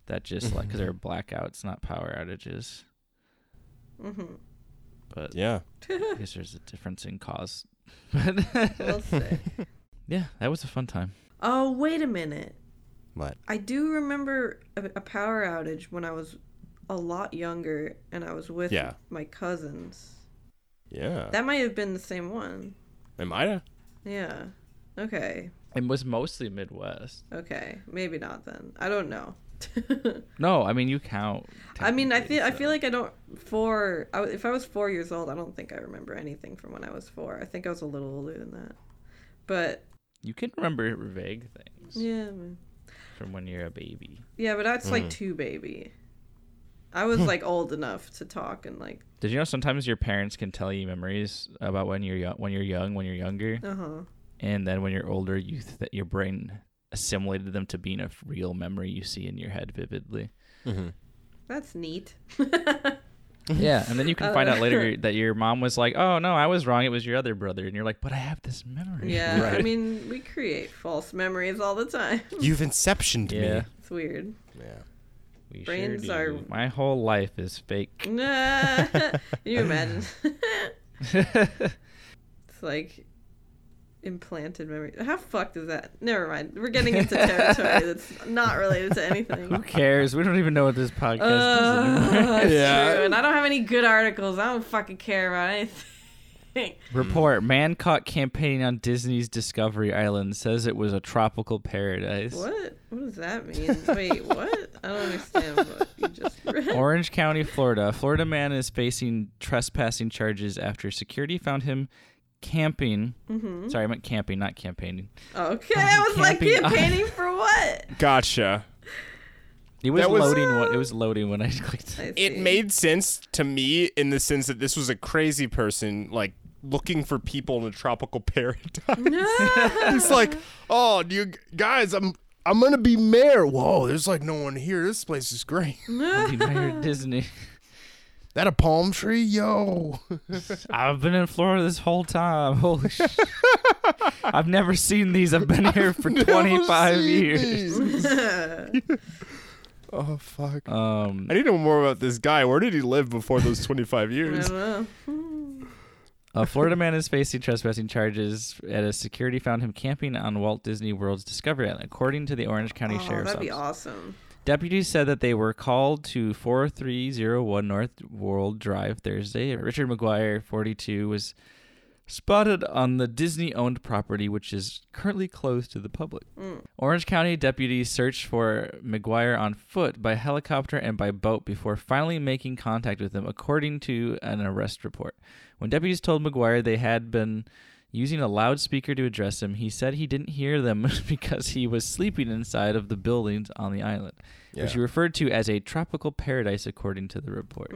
B: that just like because they were blackouts, not power outages.
C: Mm-hmm.
B: But
A: Yeah.
B: I guess there's a difference in cause.
C: *laughs*
B: *laughs*
C: We'll see.
B: Yeah, that was a fun time.
C: oh wait a minute.
A: What?
C: I do remember a, a power outage when I was a lot younger and I was with
A: Yeah. Oh.
C: my cousins.
A: Yeah.
C: That might have been the same one.
A: Am I? a-
C: Yeah. Okay.
B: It was mostly Midwest.
C: Okay. Maybe not then. I don't know. *laughs*
B: No, I mean you count.
C: I mean, I
B: technically,
C: feel I
B: so-
C: feel like I don't four. I, w- if I was four years old, I don't think I remember anything from when I was four. I think I was a little older than that. But
B: You can remember vague things
C: yeah, man.
B: from when you're a baby.
C: yeah. But that's
B: Hmm.
C: like two baby. I was like old enough to talk and like
B: Did you know sometimes your parents can tell you memories about when you're young, when you're young, when you're younger,
C: uh huh.
B: and then when you're older, you th- that your brain assimilated them to being a f- real memory you see in your head *laughs* vividly. *laughs*
C: That's neat.
B: Yeah, and then you can find out
C: Uh,
B: later that your mom was like, "Oh no, I was wrong. It was your other brother," and you're like, "But I have this memory."
C: Yeah. I mean, we create false memories all the time.
A: You've inceptioned
B: Yeah,
A: me.
C: It's weird. *laughs*
A: Yeah.
B: we
C: Brains
B: sure
C: are-
B: do. My whole life is fake.
C: Nah. Can you imagine?
B: *laughs*
C: Mm. it's like implanted memory. How fucked is that? Never mind. We're getting into territory
B: *laughs*
C: that's not related to
B: Who
C: anything.
B: cares? We don't even know what this podcast is.
C: Uh,
B: anymore.
C: *laughs* that's
A: Yeah.
C: true. And I don't have any good articles. I don't fucking care about anything.
B: *laughs*
C: thing.
B: *laughs* Report: Man caught campaigning on Disney's Discovery Island says it was a tropical paradise.
C: What? What does that mean?
B: *laughs*
C: Wait, what? I don't understand what you just read.
B: Orange County, Florida. Florida man is facing trespassing charges after security found him camping.
C: Mm-hmm.
B: Sorry, I meant camping, not campaigning.
C: Okay, I was
B: *laughs*
C: like
B: camping-
C: campaigning for what?
A: Gotcha.
B: It was,
A: That was-
C: *laughs*
B: loading. When, it was loading when I clicked.
C: I
A: It
C: see. *laughs*
A: made sense to me in the sense that this was a crazy person, like looking for people in a tropical *laughs* paradise. it's like, oh, you g- guys, I'm I'm gonna be mayor. Whoa, there's like no one here. This place is great.
C: *laughs*
B: Loading right here at Disney.
A: *laughs* that a palm tree, yo.
B: I've been in Florida this whole
C: *laughs*
B: time. Holy shit. I've never seen these. I've been here for 25 years.
A: oh fuck.
B: Um,
A: *laughs* I need to know more about this guy. Where did he live before those 25
C: I
A: years?
C: don't know.
B: a Florida man is facing trespassing charges at a security found him camping on Walt Disney World's Discovery Island, according to the Orange County
C: Oh,
B: Sheriff's
C: that'd be
B: Office.
C: awesome. *laughs*
B: Deputies said that they were called to 4301 North World Drive Thursday. Richard McGuire, 42, was spotted on the Disney owned property, which is currently closed to the public. Orange County deputies searched for McGuire on foot, by helicopter, and by boat before finally making contact with him, according to an arrest report. When deputies told McGuire they had been using a loudspeaker to address him, he said he didn't hear them *laughs* because he was sleeping inside of the buildings on the island, which he referred to as a tropical paradise, according to the report.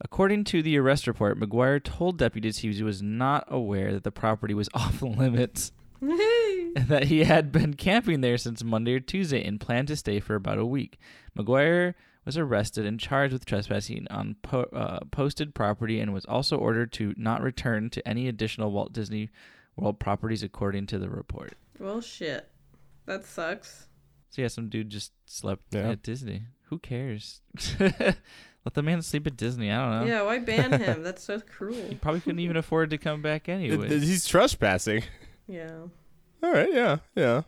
B: According to the arrest report, McGuire told deputies he was not aware that the property was *laughs* off limits and that he had been camping there since Monday or Tuesday and planned to stay for about a week. McGuire was arrested and charged with trespassing on po- uh, posted property and was also ordered to not return to any additional Walt Disney World properties, according to the report.
C: well, shit. That sucks.
B: So, yeah, some dude just slept
A: Yeah.
B: at Disney. Who cares? *laughs* Let the man sleep at Disney. I don't know.
C: Yeah, why ban him? That's so cruel.
B: Probably couldn't even afford to come back anyway.
A: Th- th- He's trespassing. *laughs*
C: Yeah.
A: All right, yeah, yeah.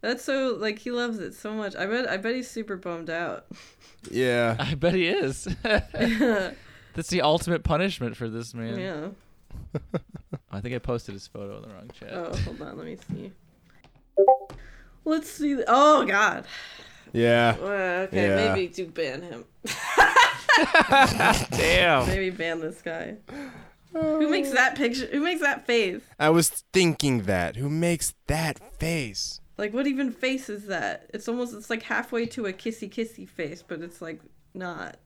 C: That's so like he loves it so much. I bet I bet he's super bummed out.
A: Yeah.
B: *laughs* I bet he
C: *laughs*
B: is. *laughs* That's the ultimate punishment for this man. Oh,
C: Yeah.
B: I think I posted his photo in the wrong chat.
C: Oh, hold on, let me see. Let's see. th- Oh God.
A: Yeah.
C: Uh, okay,
A: Yeah.
C: maybe do ban him. *laughs*
B: Damn.
C: Maybe ban this guy. Who makes that picture? Who makes that face?
A: I was thinking that. Who makes that face?
C: Like, what even face is that? It's almost it's like halfway to a kissy kissy face, but it's like not.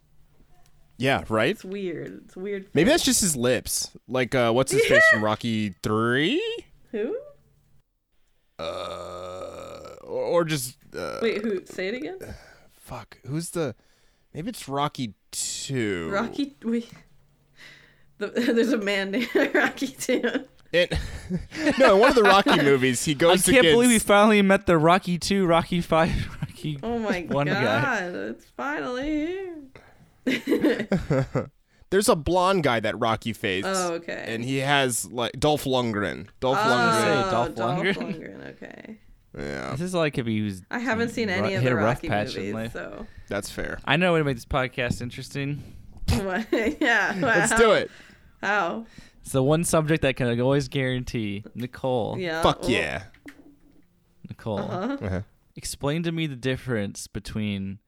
A: Yeah, right?
C: It's weird. It's a weird.
A: Maybe that's just his lips. Like, uh, what's his face from Rocky 3?
C: Who?
A: Uh, or, or just, uh,
C: Wait, who? Say it again.
A: fuck, who's the, maybe it's Rocky 2.
C: Rocky. Wait. The, *laughs* there's a man named *laughs* Rocky too.
A: It, *laughs* no, in one of the
C: *laughs*
A: Rocky movies, he
B: I
A: goes
B: can't
A: against-
B: believe we finally met the Rocky 2, Rocky 5, *laughs* Rocky.
C: Oh my
B: One
C: god!
B: guy.
C: It's finally here.
A: *laughs* There's a blonde guy that Rocky faced.
C: *laughs* Oh, okay.
A: And he has, like, Dolph Lundgren. Dolph
B: Say
A: Lundgren.
C: oh,
B: Dolph Lundgren.
C: Lundgren, Okay.
A: Yeah,
B: This is like if he was.
C: I haven't seen any
B: Ru-
C: of
B: hit
C: the
B: a rough
C: Rocky
B: patch in
C: movies,
B: life.
C: so. *laughs*
A: that's fair.
B: I know a way to make this podcast interesting.
C: What?
B: *laughs*
C: yeah.
A: Let's do it.
C: How?
B: It's the one subject I can always
C: *laughs*
B: guarantee. Nicole.
C: Yeah.
A: Fuck
C: well,
A: yeah.
B: Nicole.
A: Uh-huh.
B: Explain to me the difference between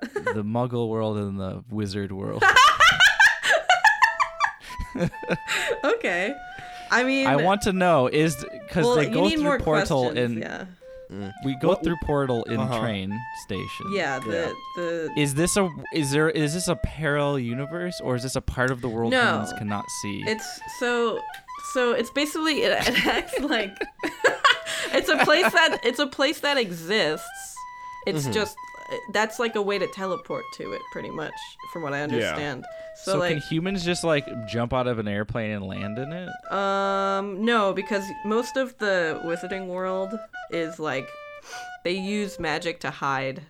B: the muggle world and the wizard
C: *laughs*
B: world.
C: *laughs* Okay. I mean,
B: I want to know is because
C: Well,
B: they
C: you
B: go
C: need more
B: through portal
C: questions.
B: and
C: yeah.
B: we go through portal in train station.
C: Yeah. The the.
B: Is this a is there is this a parallel universe or is this a part of the world
C: No.
B: humans cannot see?
C: It's so so it's basically it, it acts like *laughs* it's a place that it's a place that exists. It's just that's like a way to teleport to it pretty much from what I understand. So,
B: so
C: like
B: can humans just like jump out of an airplane and land in it?
C: um no because most of the wizarding world is like they use magic to hide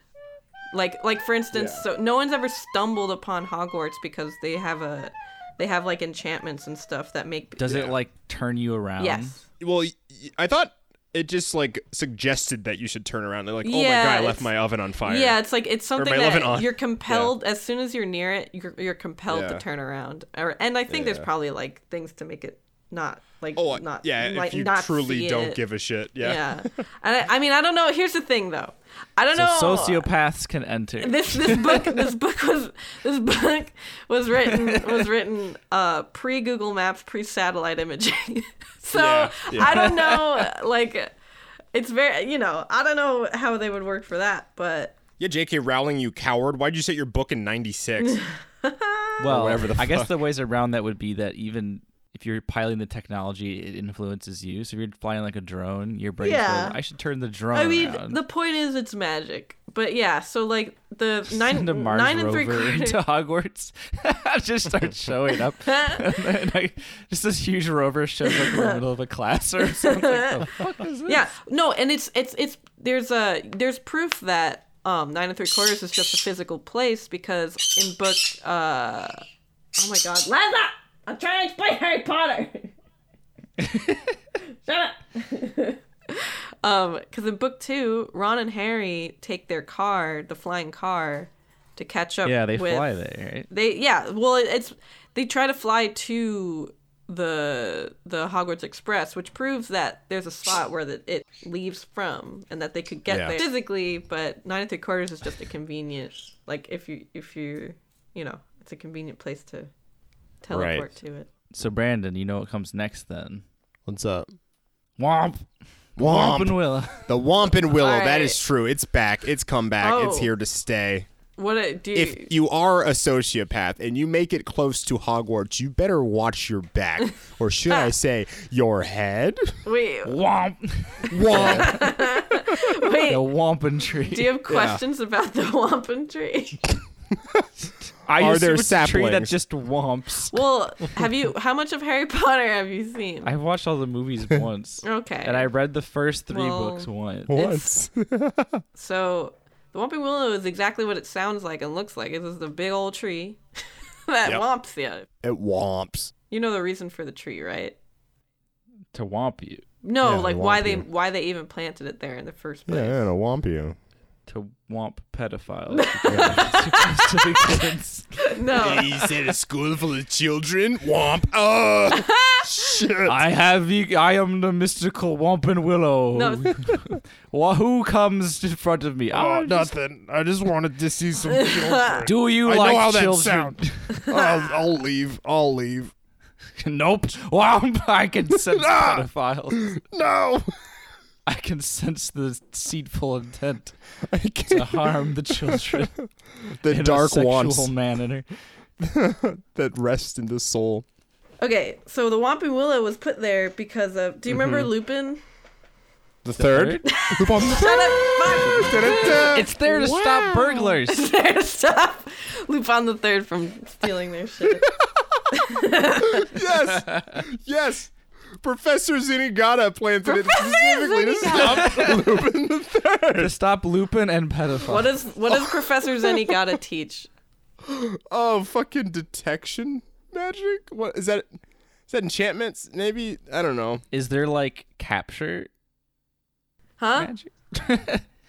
C: like like for instance so no one's ever stumbled upon Hogwarts because they have a they have like enchantments and stuff that make
B: Does it like turn you around?
C: Yes.
A: Well, y- y- I thought it just like suggested that you should turn around. They're like, oh
C: Yeah,
A: my god, I left
C: it's-
A: my oven on fire.
C: Yeah, it's like it's something
A: my oven
C: that
A: on.
C: you're compelled as soon as you're near it, you're, you're compelled to
A: Yeah.
C: turn around. Or, and I think there's
A: Yeah.
C: probably like things to make it not like
A: Oh,
C: not
A: yeah.
C: like,
A: if you
C: not
A: truly
C: see
A: don't
C: it.
A: give a shit, yeah.
C: yeah. And I, I mean, I don't know. Here's the thing, though. I don't
B: So
C: know.
B: sociopaths can enter.
C: This this book this book was this book was written was written uh pre Google Maps pre satellite imaging. *laughs* so
A: Yeah, yeah.
C: I don't know like it's very you know I don't know how they would work for that but
A: Yeah, J.K. Rowling, you coward. Why'd you set your book in
C: *laughs*
A: '96?
B: well,
A: whatever the
B: I guess the ways around that would be that even if you're piloting the technology, it influences you. So if you're flying like a drone, your brain's
C: Yeah.
B: like, I should turn the drone
C: I mean,
B: around. *laughs*
C: the point is it's magic. But yeah, so like the nine,
B: Send a Mars
C: nine and
B: rover
C: three *laughs* quarters.
B: into Hogwarts. *laughs* just *laughs* start showing
C: *laughs*
B: up. and then I, just this huge rover shows up in the middle of a class or *laughs* something.
C: *laughs*
B: Like, the fuck is this?
C: Yeah, no, and it's it's it's there's a there's proof that um nine and three quarters is just a physical place because in book uh oh my god, Laza, I'm trying to explain Harry
B: *laughs*
C: Potter. Shut up. *laughs* um, because in book two, Ron and Harry take their car, the flying car, to catch up.
B: Yeah, they
C: with,
B: fly there, right?
C: They yeah, well it- it's they try to fly to the the Hogwarts Express, which proves that there's a spot where that it leaves from and that they could get
A: Yeah.
C: there physically, but nine and three quarters is just a convenient like if you if you you know, it's a convenient place to teleport
A: Right.
C: to it.
B: So Brandon, you know what comes next then?
A: What's up?
B: Womp. Womp and
A: Womp.
B: *laughs* Willa.
A: The Womp and Willow.
C: Alright.
A: That is true. It's back. It's come back. It's
C: Oh.
A: here to stay.
C: What a, do you,
A: If you are a sociopath and you make it close to Hogwarts, you better watch your
C: *laughs*
A: back, or should I say, your head?
C: wait
B: Womp.
A: Womp.
B: The
C: wait
B: Wampin tree.
C: do you have questions about the *laughs* wampum tree?
B: I
A: Are
B: assume
A: there
B: it's a tree that
A: saplings?
B: just womps.
C: Well, have you how much of Harry Potter have you seen?
B: I watched all the movies once.
C: Okay.
B: And I read the first three
C: Well-
B: books once.
A: Once.
C: So the Whomping Willow is exactly what it sounds like and looks like. It's just a big old tree *laughs* that
A: Yep.
C: whomps you.
A: *laughs* It womps.
C: You know the reason for the tree, right?
B: To womp you.
C: No,
A: Yeah,
C: like
A: they
C: why
A: whomp
C: they
A: you.
C: why they even planted it there in the first place.
A: Yeah, it'll womp you.
B: To womp
C: *laughs*
B: pedophiles. Because-
C: No.
A: He's in a school full of children. Womp.
C: *laughs*
A: Oh, shit.
B: *laughs* I have the. I am the mystical Wampin Willow.
C: No.
B: Wha- Who comes in front of me?
D: Oh,
B: I just-
D: nothing. I just wanted to see
C: *laughs*
D: some children.
B: do you
D: I
B: like
D: know how that
B: children?
D: sounds. I'll, I'll leave. I'll leave.
B: *laughs* nope. Womp. *laughs* I can sense pedophiles.
D: No.
B: I can sense the deceitful intent
A: *laughs* I
B: to
A: can't-
B: harm the children
A: The
B: in a
A: dark
B: sexual
A: wants
C: *laughs*
B: manner.
A: that rest in the soul.
C: okay, so the Whomping Willow was put there because of
A: Mm-hmm.
C: do you remember Lupin? *laughs*
A: The third? *laughs* The womp. Da-da-da.
B: It's there to stop
C: *laughs*
B: burglars.
C: Their stuff. Lupin the third from stealing their shit.
A: yes.
B: *laughs*
A: Yes. Professor Zinigata planted it specifically to stop *laughs* Lupin the Third.
B: to stop Lupin and pedophiles.
C: what is what does Professor Zenny gotta teach?
A: Oh, fucking detection magic? What is that? Is that enchantments? Maybe I don't know.
B: Is there like capture
C: Huh?
B: magic?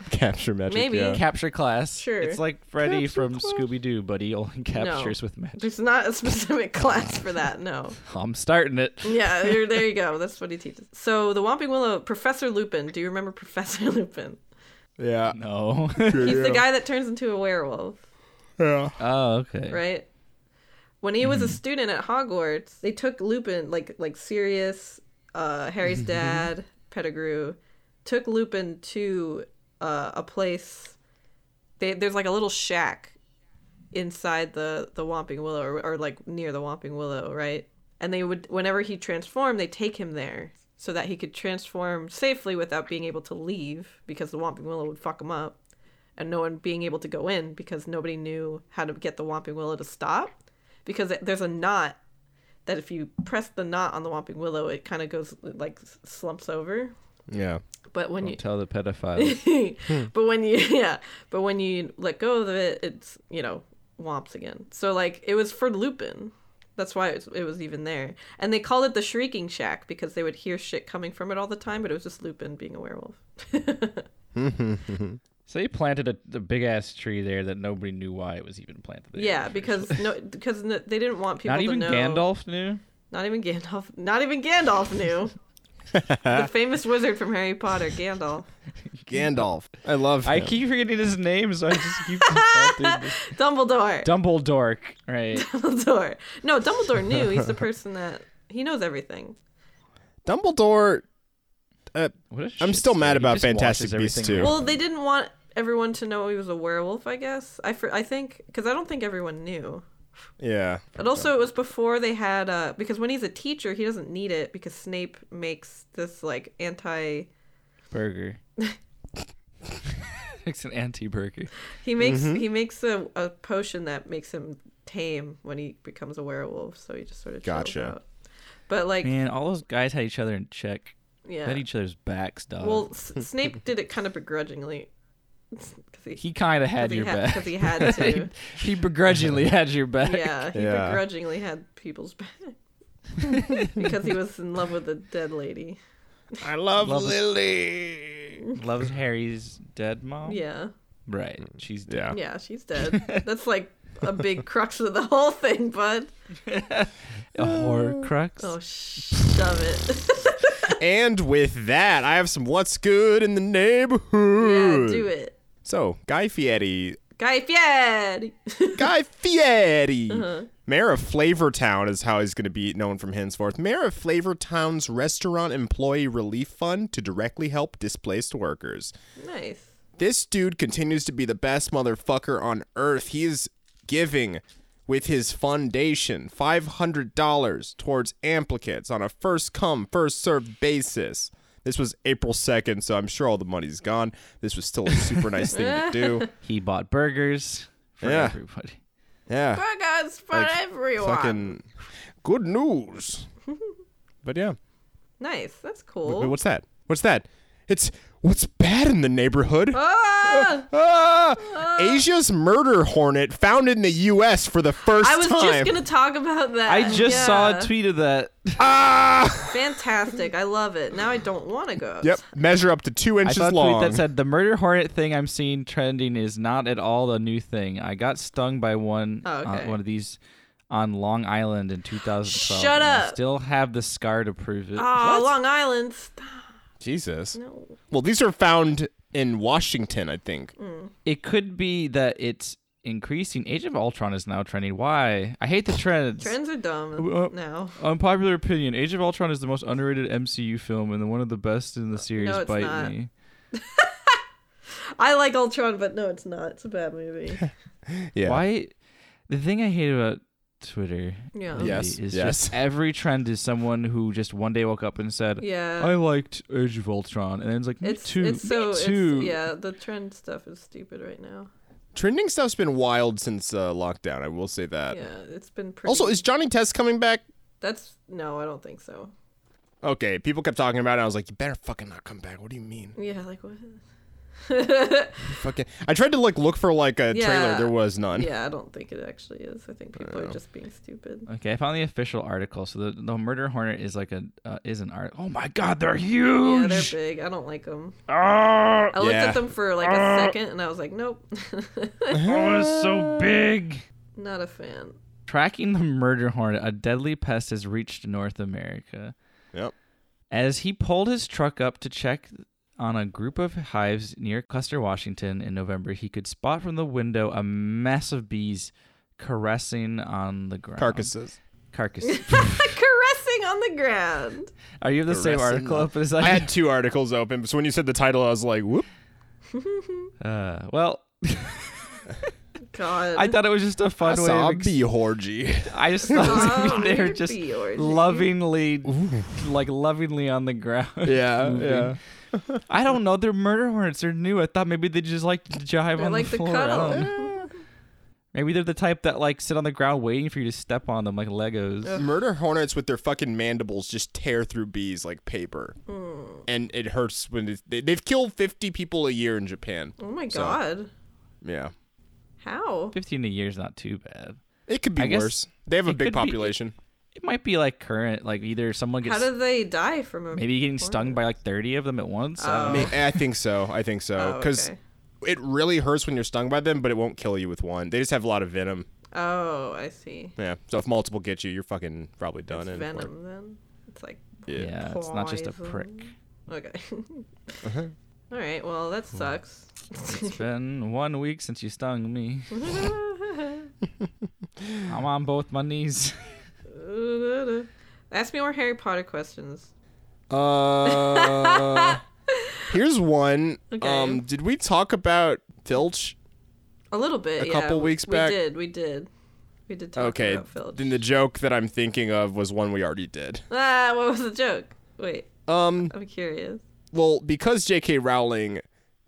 A: Capture magic.
C: Maybe.
E: Oh.
C: yeah.
B: capture class.
C: Sure.
B: It's like Freddy
A: Capture
B: from
A: class.
B: Scooby Doo, but he only captures
E: *laughs*
B: with magic.
C: There's not a specific *laughs* class for that, no.
B: I'm starting it.
C: Yeah, there, there you go. That's what he teaches. So the Whomping Willow, Professor Lupin. Do you remember Professor *laughs* Lupin?
A: Yeah.
B: No.
E: *laughs*
C: He's the guy that turns into a werewolf,
A: Yeah.
B: oh, okay.
C: right? When he was a student at Hogwarts, they took Lupin, like like Sirius, uh, Harry's dad, Pettigrew, took Lupin to uh, a place. They, there's like a little shack inside the the Whomping Willow, or, or like near the Whomping Willow, right? And they would, whenever he transformed, they take him there so that he could transform safely without being able to leave because the Whomping Willow would fuck him up, and no one being able to go in because nobody knew how to get the Whomping Willow to stop because it- there's a knot that if you press the knot on the Whomping Willow, it kind of goes like slumps over.
A: Yeah.
C: But when you
B: Don't tell the
C: *laughs*
B: pedophile.
E: Hmm.
C: but when you *laughs* yeah but when you let go of it it's you know womps again so like it was for lupin That's why it was, it was even there. And they called it the Shrieking Shack because they would hear shit coming from it all the time, but it was just Lupin being a werewolf. *laughs*
E: So he planted a, the big ass tree there that nobody knew why it was even planted there.
C: yeah, because no, because no, they didn't want people
E: not even
C: to know.
E: Gandalf knew.
C: Not even Gandalf. Not even Gandalf knew. the famous wizard from Harry Potter, Gandalf.
A: Gandalf. I love him.
E: I keep forgetting his name, so I just keep
C: *laughs*
E: defaulting to
C: Dumbledore.
E: Dumbledore. Right.
C: Dumbledore. No, Dumbledore knew. He's the person that he knows everything.
A: Dumbledore.
E: What a
A: *laughs* I'm
E: shit
A: still mad
E: story. He
A: about
E: just
A: Fantastic
E: watches
A: Beasts
E: everything
A: too.
E: around.
C: Well, they didn't want everyone to know he was a werewolf. I guess I fr- I think because I don't think everyone knew.
A: Yeah.
C: And also, it was before they had uh because when he's a teacher, he doesn't need it because Snape makes this like anti. *laughs*
E: Burger. *laughs* it's an anti-burger.
C: He makes
A: Mm-hmm.
C: he makes a, a potion that makes him tame when he becomes a werewolf. So he just sort of chills
A: Gotcha.
C: out. But like
B: Man, all those guys had each other in check.
C: yeah,
B: Had each other's backs, dog.
C: well S-
E: *laughs*
C: Snape did it kind of begrudgingly. *laughs* 'Cause
E: He kind of had
C: he
E: your
C: had,
E: back.
B: *laughs*
C: because
E: *laughs*
C: he had to.
E: He begrudgingly had your back.
A: *laughs*
C: Yeah, he
A: Yeah.
C: begrudgingly had people's back *laughs* because he was in love with a dead lady.
A: I love,
B: Love it.
A: Lily.
B: Loves Harry's dead mom.
C: Yeah,
B: Right. She's dead.
A: Mm, Yeah.
C: yeah,
E: *laughs*
C: she's dead. That's like a big crux of the whole thing, bud.
B: A horcrux.
C: Oh, shove it. *laughs*
A: And with that, I have some what's good in the
C: yeah,
A: neighborhood.
C: do it,
A: So, Guy Fieri.
C: Guy Fieri. *laughs*
A: Guy Fieri. Mayor of Flavortown is how he's going to be known from henceforth. Mayor of Flavortown's Restaurant Employee Relief Fund to directly help displaced workers.
C: nice.
A: This dude continues to be the best motherfucker on earth. He is giving with his foundation $500 towards applicants on a first come, first served basis. This was April 2nd, so I'm sure all the money's gone. This was still a super nice thing to
C: *laughs*
A: do.
B: He bought burgers for
A: Yeah.
B: everybody.
A: Yeah.
C: Burgers for
A: Like,
C: everyone.
A: Fucking good news. But yeah.
C: Nice. That's
A: Wait,
C: cool.
A: wait, what's that? What's that? It's what's bad in the neighborhood?
B: *laughs*
C: Ah!
A: Ah! Asia's murder hornet found in the US for the first
C: uh. I was
A: time.
C: just gonna talk about that.
B: I just saw
C: Uh, Yeah.
B: a tweet of
A: *laughs*
B: that.
A: Ah!
C: Fantastic. I love it. Now I don't want to go.
A: Yep. Measure up to two
B: I
A: inches
B: saw a
A: long.
B: tweet that said the murder hornet thing I'm seeing trending is not at all a new thing. I got stung by one
C: Oh, okay.
B: on one of these on Long Island in 2012.
C: Shut
B: and I
C: up.
B: still have the scar to prove it.
C: Oh, Long Island. Stop.
A: Jesus.
C: No.
A: Well, these are found in Washington, I think.
B: Mm. It could be that it's increasing. Age of Ultron is now trending. Why? I hate the trends.
C: Trends are dumb
B: Uh,
C: now.
B: Unpopular opinion: Age of Ultron is the most underrated MCU film and one of the best in the series.
C: it's
B: Bite
C: not.
B: me.
C: I like Ultron, but no, it's not. It's a
B: *laughs*
C: bad movie.
A: Yeah.
B: Why? The thing I hate about Twitter
C: Yeah.
B: lately
A: Yes,
B: is
A: yes.
B: just every trend is someone who just one day woke up and said,
C: Yeah.
B: "I liked Age of Ultron," and then it's like, "Me
C: it's
B: too,
C: it's so
B: me
C: it's,
B: too."
C: yeah. The trend stuff is stupid right now.
A: Trending stuff's been wild since uh, lockdown. I will say
B: Uh,
A: that.
C: Yeah, it's been pretty.
A: Also, is Johnny Test coming back?
C: that's no, I don't think so.
A: Okay, people kept talking about it. I was like, you better fucking not come back. What do you
B: *laughs*
A: mean?
C: Yeah, like what? *laughs*
A: Fucking. I tried to like look for like a trailer.
C: Yeah.
A: There was none. *laughs*
C: yeah, I don't think it actually is. I think people are just being stupid.
B: Okay, I found the official article. So the, the murder hornet is like a uh, is an art. Oh my god, they're huge.
C: Yeah, they're big. I don't like them. I looked
A: Yeah.
C: at them for like a
B: Uh.
C: second and I was like, nope, *laughs*
B: oh, it's so big.
C: not a fan. *laughs*
B: Tracking the murder hornet, a deadly pest has reached North America.
A: Yep.
B: As he pulled his truck up to check on a group of hives near Custer, Washington in November, he could spot from the window a mass of bees caressing on the ground. *laughs*
A: Carcasses. *laughs*
B: Carcass.
C: Caressing on the ground.
B: Are you the same
A: Caressing
B: article
A: the-
B: up as
A: I
B: I
A: had two articles open, so when you said the title, I was like, whoop.
B: Uh, well,
C: God.
B: I thought it was just a fun way of ex- *laughs*
A: orgy.
B: I just thought it was
C: Oh,
B: gonna be- they were
C: you're
B: just
C: bee orgy.
B: lovingly, like lovingly on the ground.
A: Yeah,
B: moving.
A: yeah.
B: I don't know. They're murder hornets. They're new. I thought maybe they just like to jive
C: I
B: on
C: like
B: the
C: the
B: floor. I
C: cuddle.
B: don't know.
C: *laughs*
B: Maybe they're the type that like sit on the ground waiting for you to step on them like Legos.
A: Murder hornets with their fucking mandibles just tear through bees like paper,
C: Mm.
A: and it hurts when it's, they, they've killed fifty people a year in Japan.
C: Oh my god.
A: Yeah,
C: How?
B: Fifteen a year is not too bad.
A: It could be
B: I guess
A: worse. They have a
B: it
A: big
B: could be-
A: population.
B: It might be like current, like either someone gets
C: How did they die from a
B: maybe getting stung
C: corner?
B: by like 30 of them at once. I
C: Oh.
B: don't know.
A: Ma- I think so. I think so.
C: *laughs* Oh,
A: Because
C: okay.
A: it really hurts when you're stung by them, but it won't kill you with one. They just have a lot of venom.
C: Oh, I see.
A: Yeah. So if multiple get you, you're fucking probably done.
C: It's
A: in for it.
C: venom then. It's like
A: Yeah.
B: Yeah, it's not just a prick.
C: Poison. okay.
A: *laughs* Uh-huh.
C: *laughs* All right. Well, that sucks. *laughs*
B: It's been one week since you stung me. I'm on both my knees. *laughs*
C: Ask me more Harry Potter questions. *laughs*
A: Uh, here's one.
C: Okay.
A: Um, did we talk about Filch?
C: A little bit.
A: A
C: yeah.
A: couple weeks
C: we
A: back-
C: We did. We did. We did talk
A: Okay.
C: about Filch.
A: Then the joke that I'm thinking of was one we already did.
C: Ah, what was the joke? Wait,
A: Um,
C: I'm curious.
A: well, because J.K. Rowling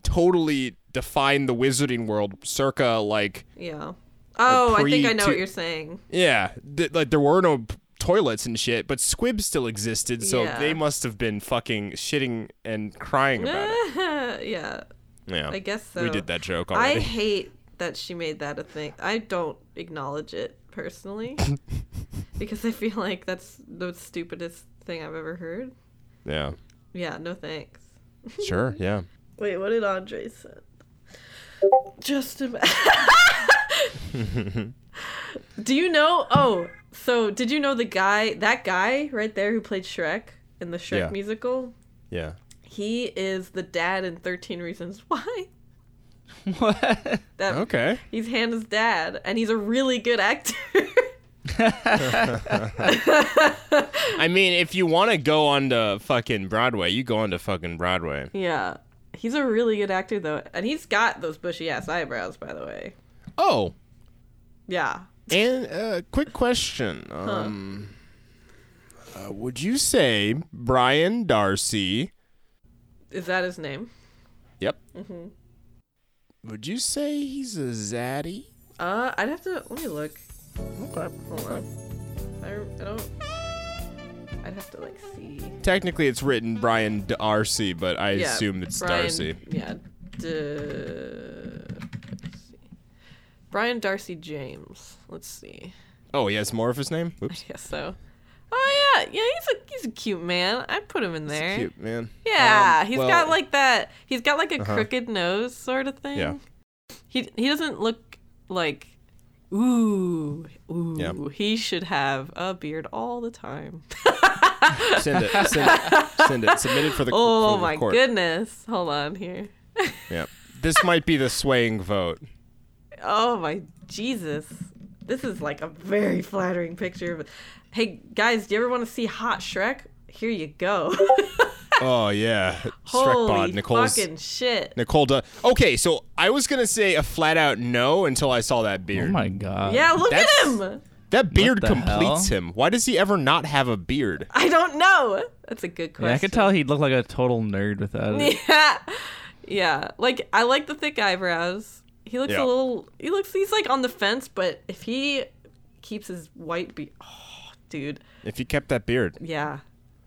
A: totally defined the wizarding world circa like
C: Yeah. Oh, I think I know
A: pre-
C: what you're saying.
A: yeah, th- like there were no p- toilets and shit, but squibs still existed, so
C: Yeah.
A: they must have been fucking shitting and crying about it.
C: *laughs* yeah,
A: Yeah.
C: Eh, I guess so.
A: We did that joke
C: I
A: already.
C: hate that she made that a thing. I don't acknowledge it
A: *laughs*
C: personally because I feel like that's the stupidest thing I've ever heard. *laughs*
A: yeah.
C: Yeah, no thanks.
A: Sure. Yeah.
C: Wait, what did Andre send?
A: *laughs*
C: Just a Do you know? Oh, so did you know the guy, that guy right there who played Shrek in the Shrek
A: Yeah.
C: musical?
A: Yeah.
C: He is the dad in 13 Reasons Why.
B: what?
C: That
A: Okay.
C: He's Hannah's dad, and he's a really good actor. *laughs*
A: I mean, if you want to go on to fucking Broadway, you go on to fucking Broadway.
C: yeah. He's a really good actor, though. And he's got those bushy ass eyebrows, by the way.
A: Oh,
C: Yeah.
A: and uh, quick question. Um, uh, would you say Brian Darcy?
C: Is that his name?
A: Yep.
C: Mm-hmm.
A: Would you say he's a zaddy?
C: Uh, I'd have to. Let me look.
A: Okay.
C: Hold on. I, I don't. I'd have to, like, see.
A: Technically, it's written Brian Darcy, but I
C: Yeah,
A: assume it's
C: Brian-
A: Darcy.
C: Yeah. D- let's see. Brian Darcy James. Let's see.
A: Oh, he has more of his name. Oops.
C: I guess so. Oh, yeah. Yeah, he's a, he's a cute man. I'd put him in there.
A: Cute man.
C: Yeah,
A: Um,
C: he's
A: well- Uh-huh.
C: got like that. He's got like a crooked nose sort of thing.
A: Yeah.
C: He he doesn't look like ooh ooh.
A: Yeah.
C: He should have a beard all the time.
A: Send it. Send it. Send it. Submit it for the.
C: *laughs* *laughs* Oh
A: for the
C: my
A: court.
C: goodness. Hold on here.
A: Yeah. This might be the swaying vote.
C: Oh my Jesus. This is like a very flattering picture. Of... Hey guys, do you ever want to see hot Shrek? Here you go. *laughs*
A: Oh yeah, Shrek
C: Holy
A: bod. Nicole's
C: fucking shit.
A: Nicole. Da- okay, so I was gonna say a flat out no until I saw that
E: Oh
A: beard.
E: my god.
C: Yeah, look
A: That's-
C: at him.
A: that beard
E: the
A: completes
E: hell?
A: him. Why does he ever not have a beard?
C: I don't know. That's a good question.
E: Yeah, I could tell he looked like a total nerd without it.
C: *laughs* yeah yeah like i like the thick eyebrows he looks
A: Yeah.
C: a little he looks he's like on the fence but if he keeps his white be oh dude
A: If he kept that beard.
C: yeah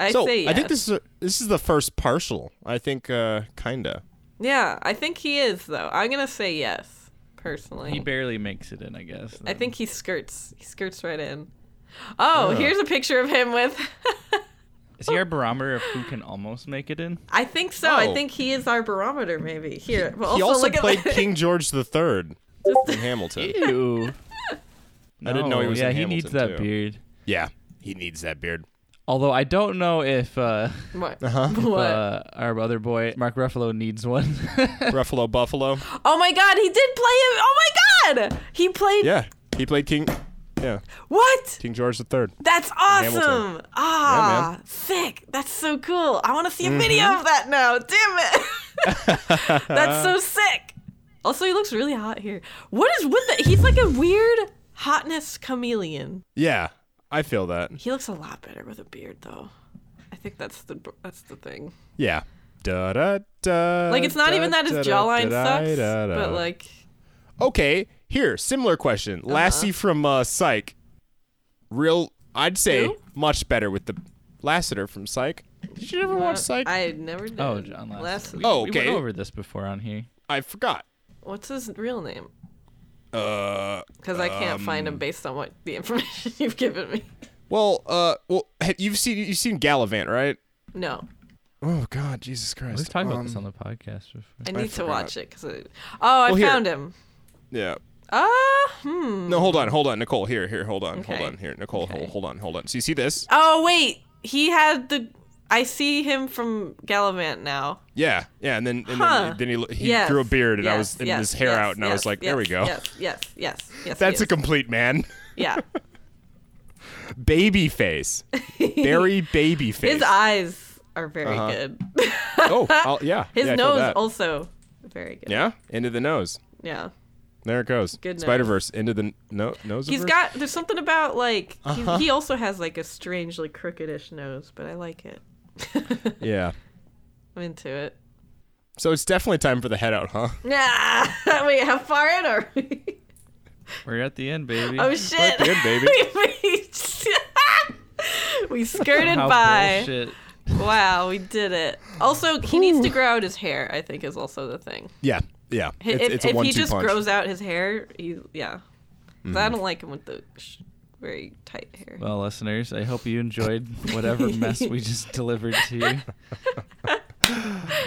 C: i
A: so
C: say yes.
A: I think this is a, this is the first partial. I think uh, kinda.
C: yeah i think he is though i'm gonna say yes
E: He
C: personally
E: barely makes it in, I guess.
C: i think he skirts he skirts right in oh here's a picture of him with *laughs*
E: Is he our barometer of who can almost make it
A: *laughs*
E: in?
C: i think so
A: Oh.
C: i think he is our barometer maybe here well,
A: he also
C: look at *laughs*
A: played
C: the-
A: King George the
C: *laughs*
A: Third in Hamilton.
E: Ew.
A: I didn't know he was
E: Yeah,
A: in
E: he
A: Hamilton,
E: needs that
A: too.
E: beard.
A: Yeah, he needs that beard.
E: Although I don't know if uh,
C: what,
A: Uh-huh.
C: what?
E: uh, our other boy Mark Ruffalo needs
B: *laughs*
E: one.
A: Ruffalo Buffalo.
C: oh my god he did play him oh my god he played
A: Yeah, he played King. Yeah,
C: what
A: King George the Third.
C: That's
A: Hamilton.
C: awesome! Ah,
A: man. Mm-hmm.
C: sick! That's so cool. I want to see a video of that now. Damn
A: *laughs*
C: it! *laughs* That's so sick. Also, he looks really hot here. What is with the? He's like a weird hotness chameleon.
A: Yeah, I feel that.
C: He looks a lot better with a beard, though. I think that's the that's the thing.
A: Yeah. Da, da, da,
C: Like, it's not
A: da,
C: even that
A: da,
C: his
A: da,
C: jawline
A: da,
C: sucks,
A: da, da.
C: but like,
A: okay, here, similar question.
C: Uh-huh.
A: Lassie from uh, Psych, real, I'd say
C: Who?
A: much better with the Lassiter from Psych. Did you ever watch Psych? I,
C: Uh, I never did.
E: oh, John Lasseter.
C: Lass-
E: We,
A: Oh,
E: we
A: okay.
E: went over this before on here.
A: forgot.
C: What's his real name?
A: Uh,
C: because I can't find
A: Um,
C: him based on what the *laughs* information you've given me.
A: well, uh, well, ha- you've seen you've seen Gallivant, right?
C: No,
A: Oh God, Jesus Christ!
B: We've talked about
A: Um,
B: this on the podcast before.
C: I need to watch it because. I... Oh, I
A: Well, here.
C: found him.
A: Yeah.
C: Ah, hmm.
A: No, hold on, hold on, Nicole. Here, here, hold on,
C: Okay.
A: hold on, here, Nicole. Hold, hold on, hold on. So you see this?
C: Oh wait, he had the. I see him from Gallivant now.
A: Yeah, yeah. And then, and
C: Huh.
A: then, then he lo- he
C: yes.
A: grew a beard, and I
C: yes,
A: was and
C: yes,
A: his hair
C: yes,
A: out, and I
C: yes,
A: was like,
C: yes,
A: there we go.
C: Yes, yes, yes, yes.
A: That's
C: he
A: a complete man.
C: is.
A: *laughs*
C: yeah.
A: baby face,
C: *laughs*
A: very baby face.
C: His eyes are very
A: *laughs*
C: good.
A: Oh, I'll- Uh-huh. yeah.
C: *laughs* His
A: yeah, I feel
C: nose
A: that.
C: also very good.
A: Yeah, into the nose.
C: yeah.
A: There it goes.
C: Good nose.
A: Spider Verse into the Uh-huh. n- no nose.
C: He's got there's something about like he, he also has like a strangely crookedish nose, but I like it.
A: yeah.
C: *laughs* I'm into it.
A: So it's definitely time for the head out,
C: *laughs*
A: huh?
C: Nah, wait, how far in are we?
B: We're at the end, baby.
C: Oh shit!
A: the end, baby.
C: *laughs* we, *laughs* we- we skirted
B: How
C: by.
B: bullshit.
C: Wow, we did it. Also, he needs to grow out his hair. I think is also the thing.
A: Yeah, yeah.
C: Hi- if if he just grows out his hair, he yeah. 'Cause I don't like him with the sh- very tight hair.
B: Mm-hmm. Well, listeners, I hope you enjoyed whatever mess we
C: *laughs*
B: just delivered to you.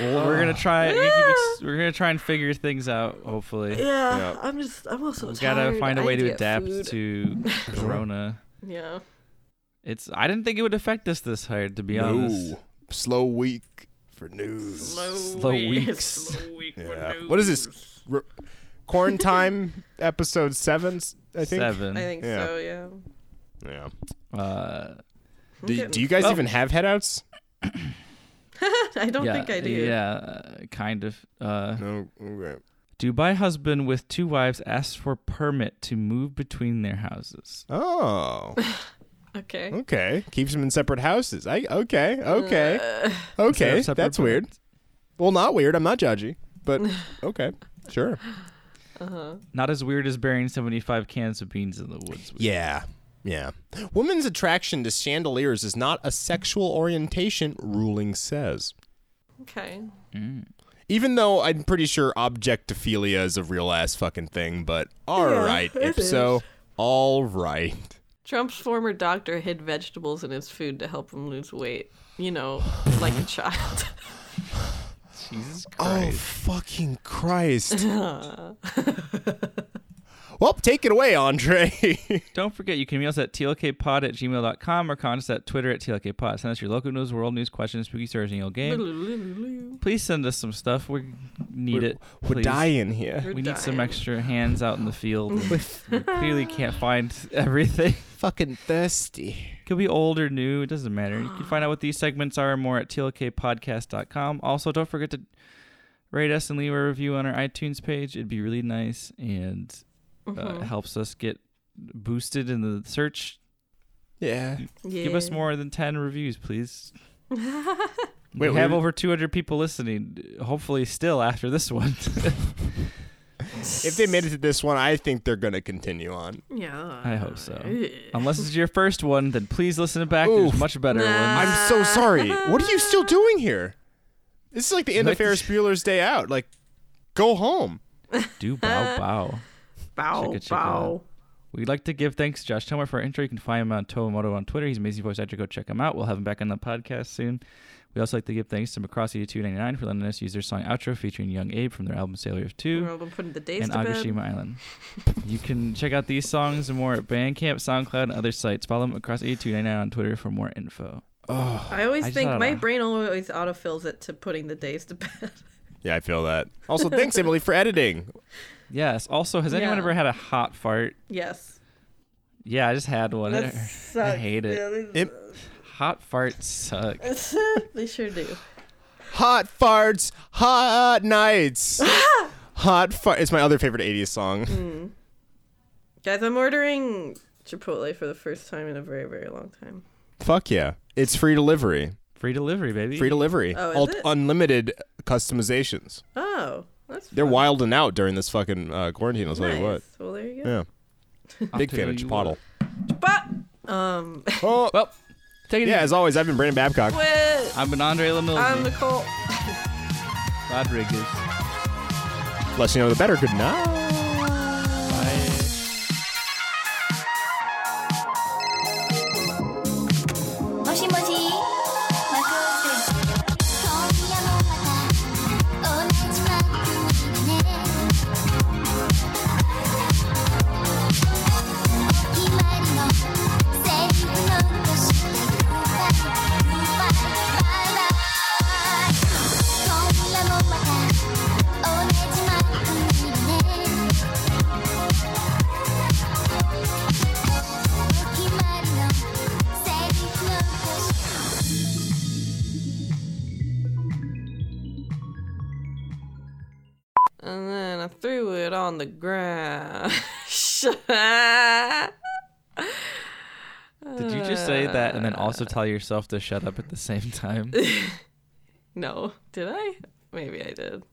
B: we're gonna try. We keep ex- we're gonna try and figure things out. Hopefully,
C: yeah,
A: yeah.
C: I'm just I'm also
B: we gotta find a way to adapt
C: *laughs*
B: to Corona.
C: Yeah.
B: It's. I didn't think it would affect us this hard, to be honest.
A: No, slow week for news.
C: *laughs*
B: Slow weeks.
A: Yeah. What is this? R- Quarantine episode seven, s- I think.
B: Seven.
C: I think
A: Yeah.
C: so. Yeah. *laughs*
A: Yeah.
B: Uh,
A: Do, do you guys even have headouts?
C: I don't
B: yeah,
C: think I do.
B: Yeah, uh, kind of. Uh,
A: No. Okay.
B: Dubai husband with two wives asked for permit to move between their houses.
A: Oh.
C: Okay.
A: Okay. Keeps them in separate houses. I okay.
C: *laughs*
B: Hmm?
A: Okay. Okay.
B: Separate
A: That's
B: permits.
A: weird. Well, not weird. I'm not judgy, but okay. Sure.
B: Not as weird as burying 75 cans of beans in the woods.
A: Yeah. Yeah. Women's attraction to chandeliers is not a sexual orientation, ruling says.
C: *sighs* Okay.
B: Mm.
A: Even though I'm pretty sure objectophilia is a real ass fucking thing, but alright,
C: it
A: Ipso. Alright.
C: Trump's former doctor hid vegetables in his food to help him lose weight. You know, like
B: *laughs*
C: a child. *laughs*
B: Jesus
A: Oh fucking Christ. well, take it away, Andre.
B: Don't forget, you can email us at tlkpod at gmail.com or contact us at Twitter at tlkpod. Send us your local news, world news questions, spooky stories, and your game. Please send us some stuff. We need it.
A: *laughs* We're
B: please.
A: dying here.
B: We need some
C: dying.
B: extra hands out in the field.
C: *laughs*
B: we clearly can't find *laughs* everything.
A: Fucking thirsty.
B: Could be old or new, it doesn't matter. You can find out what these segments are and more at tlkpodcast.com. Also, don't forget to rate us and leave a review on our iTunes page. It'd be really nice and uh,
C: Mm-hmm.
B: helps us get boosted in the search.
A: Yeah.
C: Yeah.
B: Give us more than 10 reviews, please.
A: Wait,
B: we have
A: we-
B: over 200 people listening, hopefully, still after this one. *laughs*
A: If they made it to this one, I think they're gonna continue on.
C: *laughs* Uh, Yeah.
B: I hope so. Unless it's your first one, then please listen back.
A: Oof.
B: There's much better ones.
A: I'm so sorry. What are you still doing here? This is like the end of
B: Like-
A: Ferris Bueller's Day Out. Like, go home.
B: Do
C: *laughs*
B: bow bow.
C: Bow,
B: Chicka, chicka.
C: bow.
B: We'd like to give thanks to Josh Tomer for our intro. You can find him on Tomomoto on Twitter. He's an amazing voice actor. Go check him out. We'll have him back on the podcast soon. We also like to give thanks to Macrossi299 for letting us use their song outro featuring Young Abe from their album Sailor of Two
C: We're all putting the days
B: and
C: to bed.
B: Agashima
C: *laughs*
B: Island. you can check out these songs and more at Bandcamp, SoundCloud, and other sites. Follow Macrossi299 on Twitter for more info.
C: I always
B: I just
C: think
B: thought
C: my
B: of-
C: brain always autofills it to putting the days to *laughs* bed.
A: Yeah, I feel that. Also, thanks Emily for editing.
B: Yes. Also, has anyone
C: Yeah.
B: ever had a hot fart?
C: yes. *laughs*
B: Yeah, I just had one.
C: That
B: I
C: sucks.
B: hate it.
A: Im-
B: Hot farts suck.
C: they sure do.
A: hot farts, hot *laughs* nights. hot fart. It's my other favorite 80s song.
C: Guys, I'm ordering Chipotle for the first time in a very, very long time.
A: Fuck yeah. It's free delivery.
B: Free delivery, baby.
A: Free delivery.
C: Oh, is
A: Alt-
C: it?
A: Unlimited customizations.
C: Oh, that's
A: They're wilding out during this fucking uh, quarantine. I'll tell
C: nice.
A: you what.
C: Well, there you go.
A: *laughs* Yeah. Big
B: tell
A: fan of
B: you
A: Chipotle.
C: But, um,
A: Oh.
B: Well, take it
A: Yeah,
B: easy.
A: as always, I've been Brandon Babcock.
C: with-
B: I've been Andre
C: I'm
B: Lamille.
C: Nicole.
B: Rodriguez.
A: Less you know, the better. Good night.
B: Bye.
C: on the ground.
E: Did you just say that and then
C: Uh.
E: also tell yourself to shut up at the same time?
C: *laughs* no, did I? Maybe I did.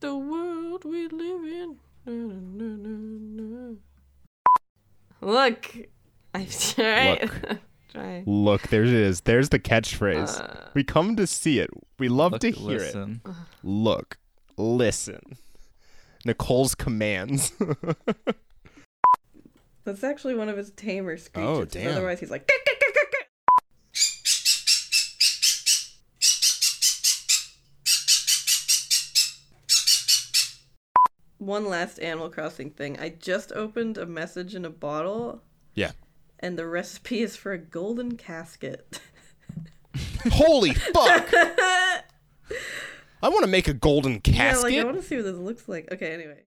C: The world we live in. Na, na, na, na, na. Look, *laughs* I'm trying. *laughs* trying.
A: Look, there it is. There's the catchphrase.
C: Uh.
A: we come to see it. We love
E: Look,
A: to hear it.
E: listen.
A: Look, listen. Nicole's commands. *laughs*
C: That's actually one of his tamer screeches.
A: Oh, damn.
C: Otherwise, he's like. One last Animal Crossing thing. I just opened a message in a bottle,
A: yeah.
C: and the recipe is for a golden casket. *laughs*
A: Holy fuck! I want to make a golden
C: yeah,
A: casket.
C: like I want to see what this looks like. Okay, anyway.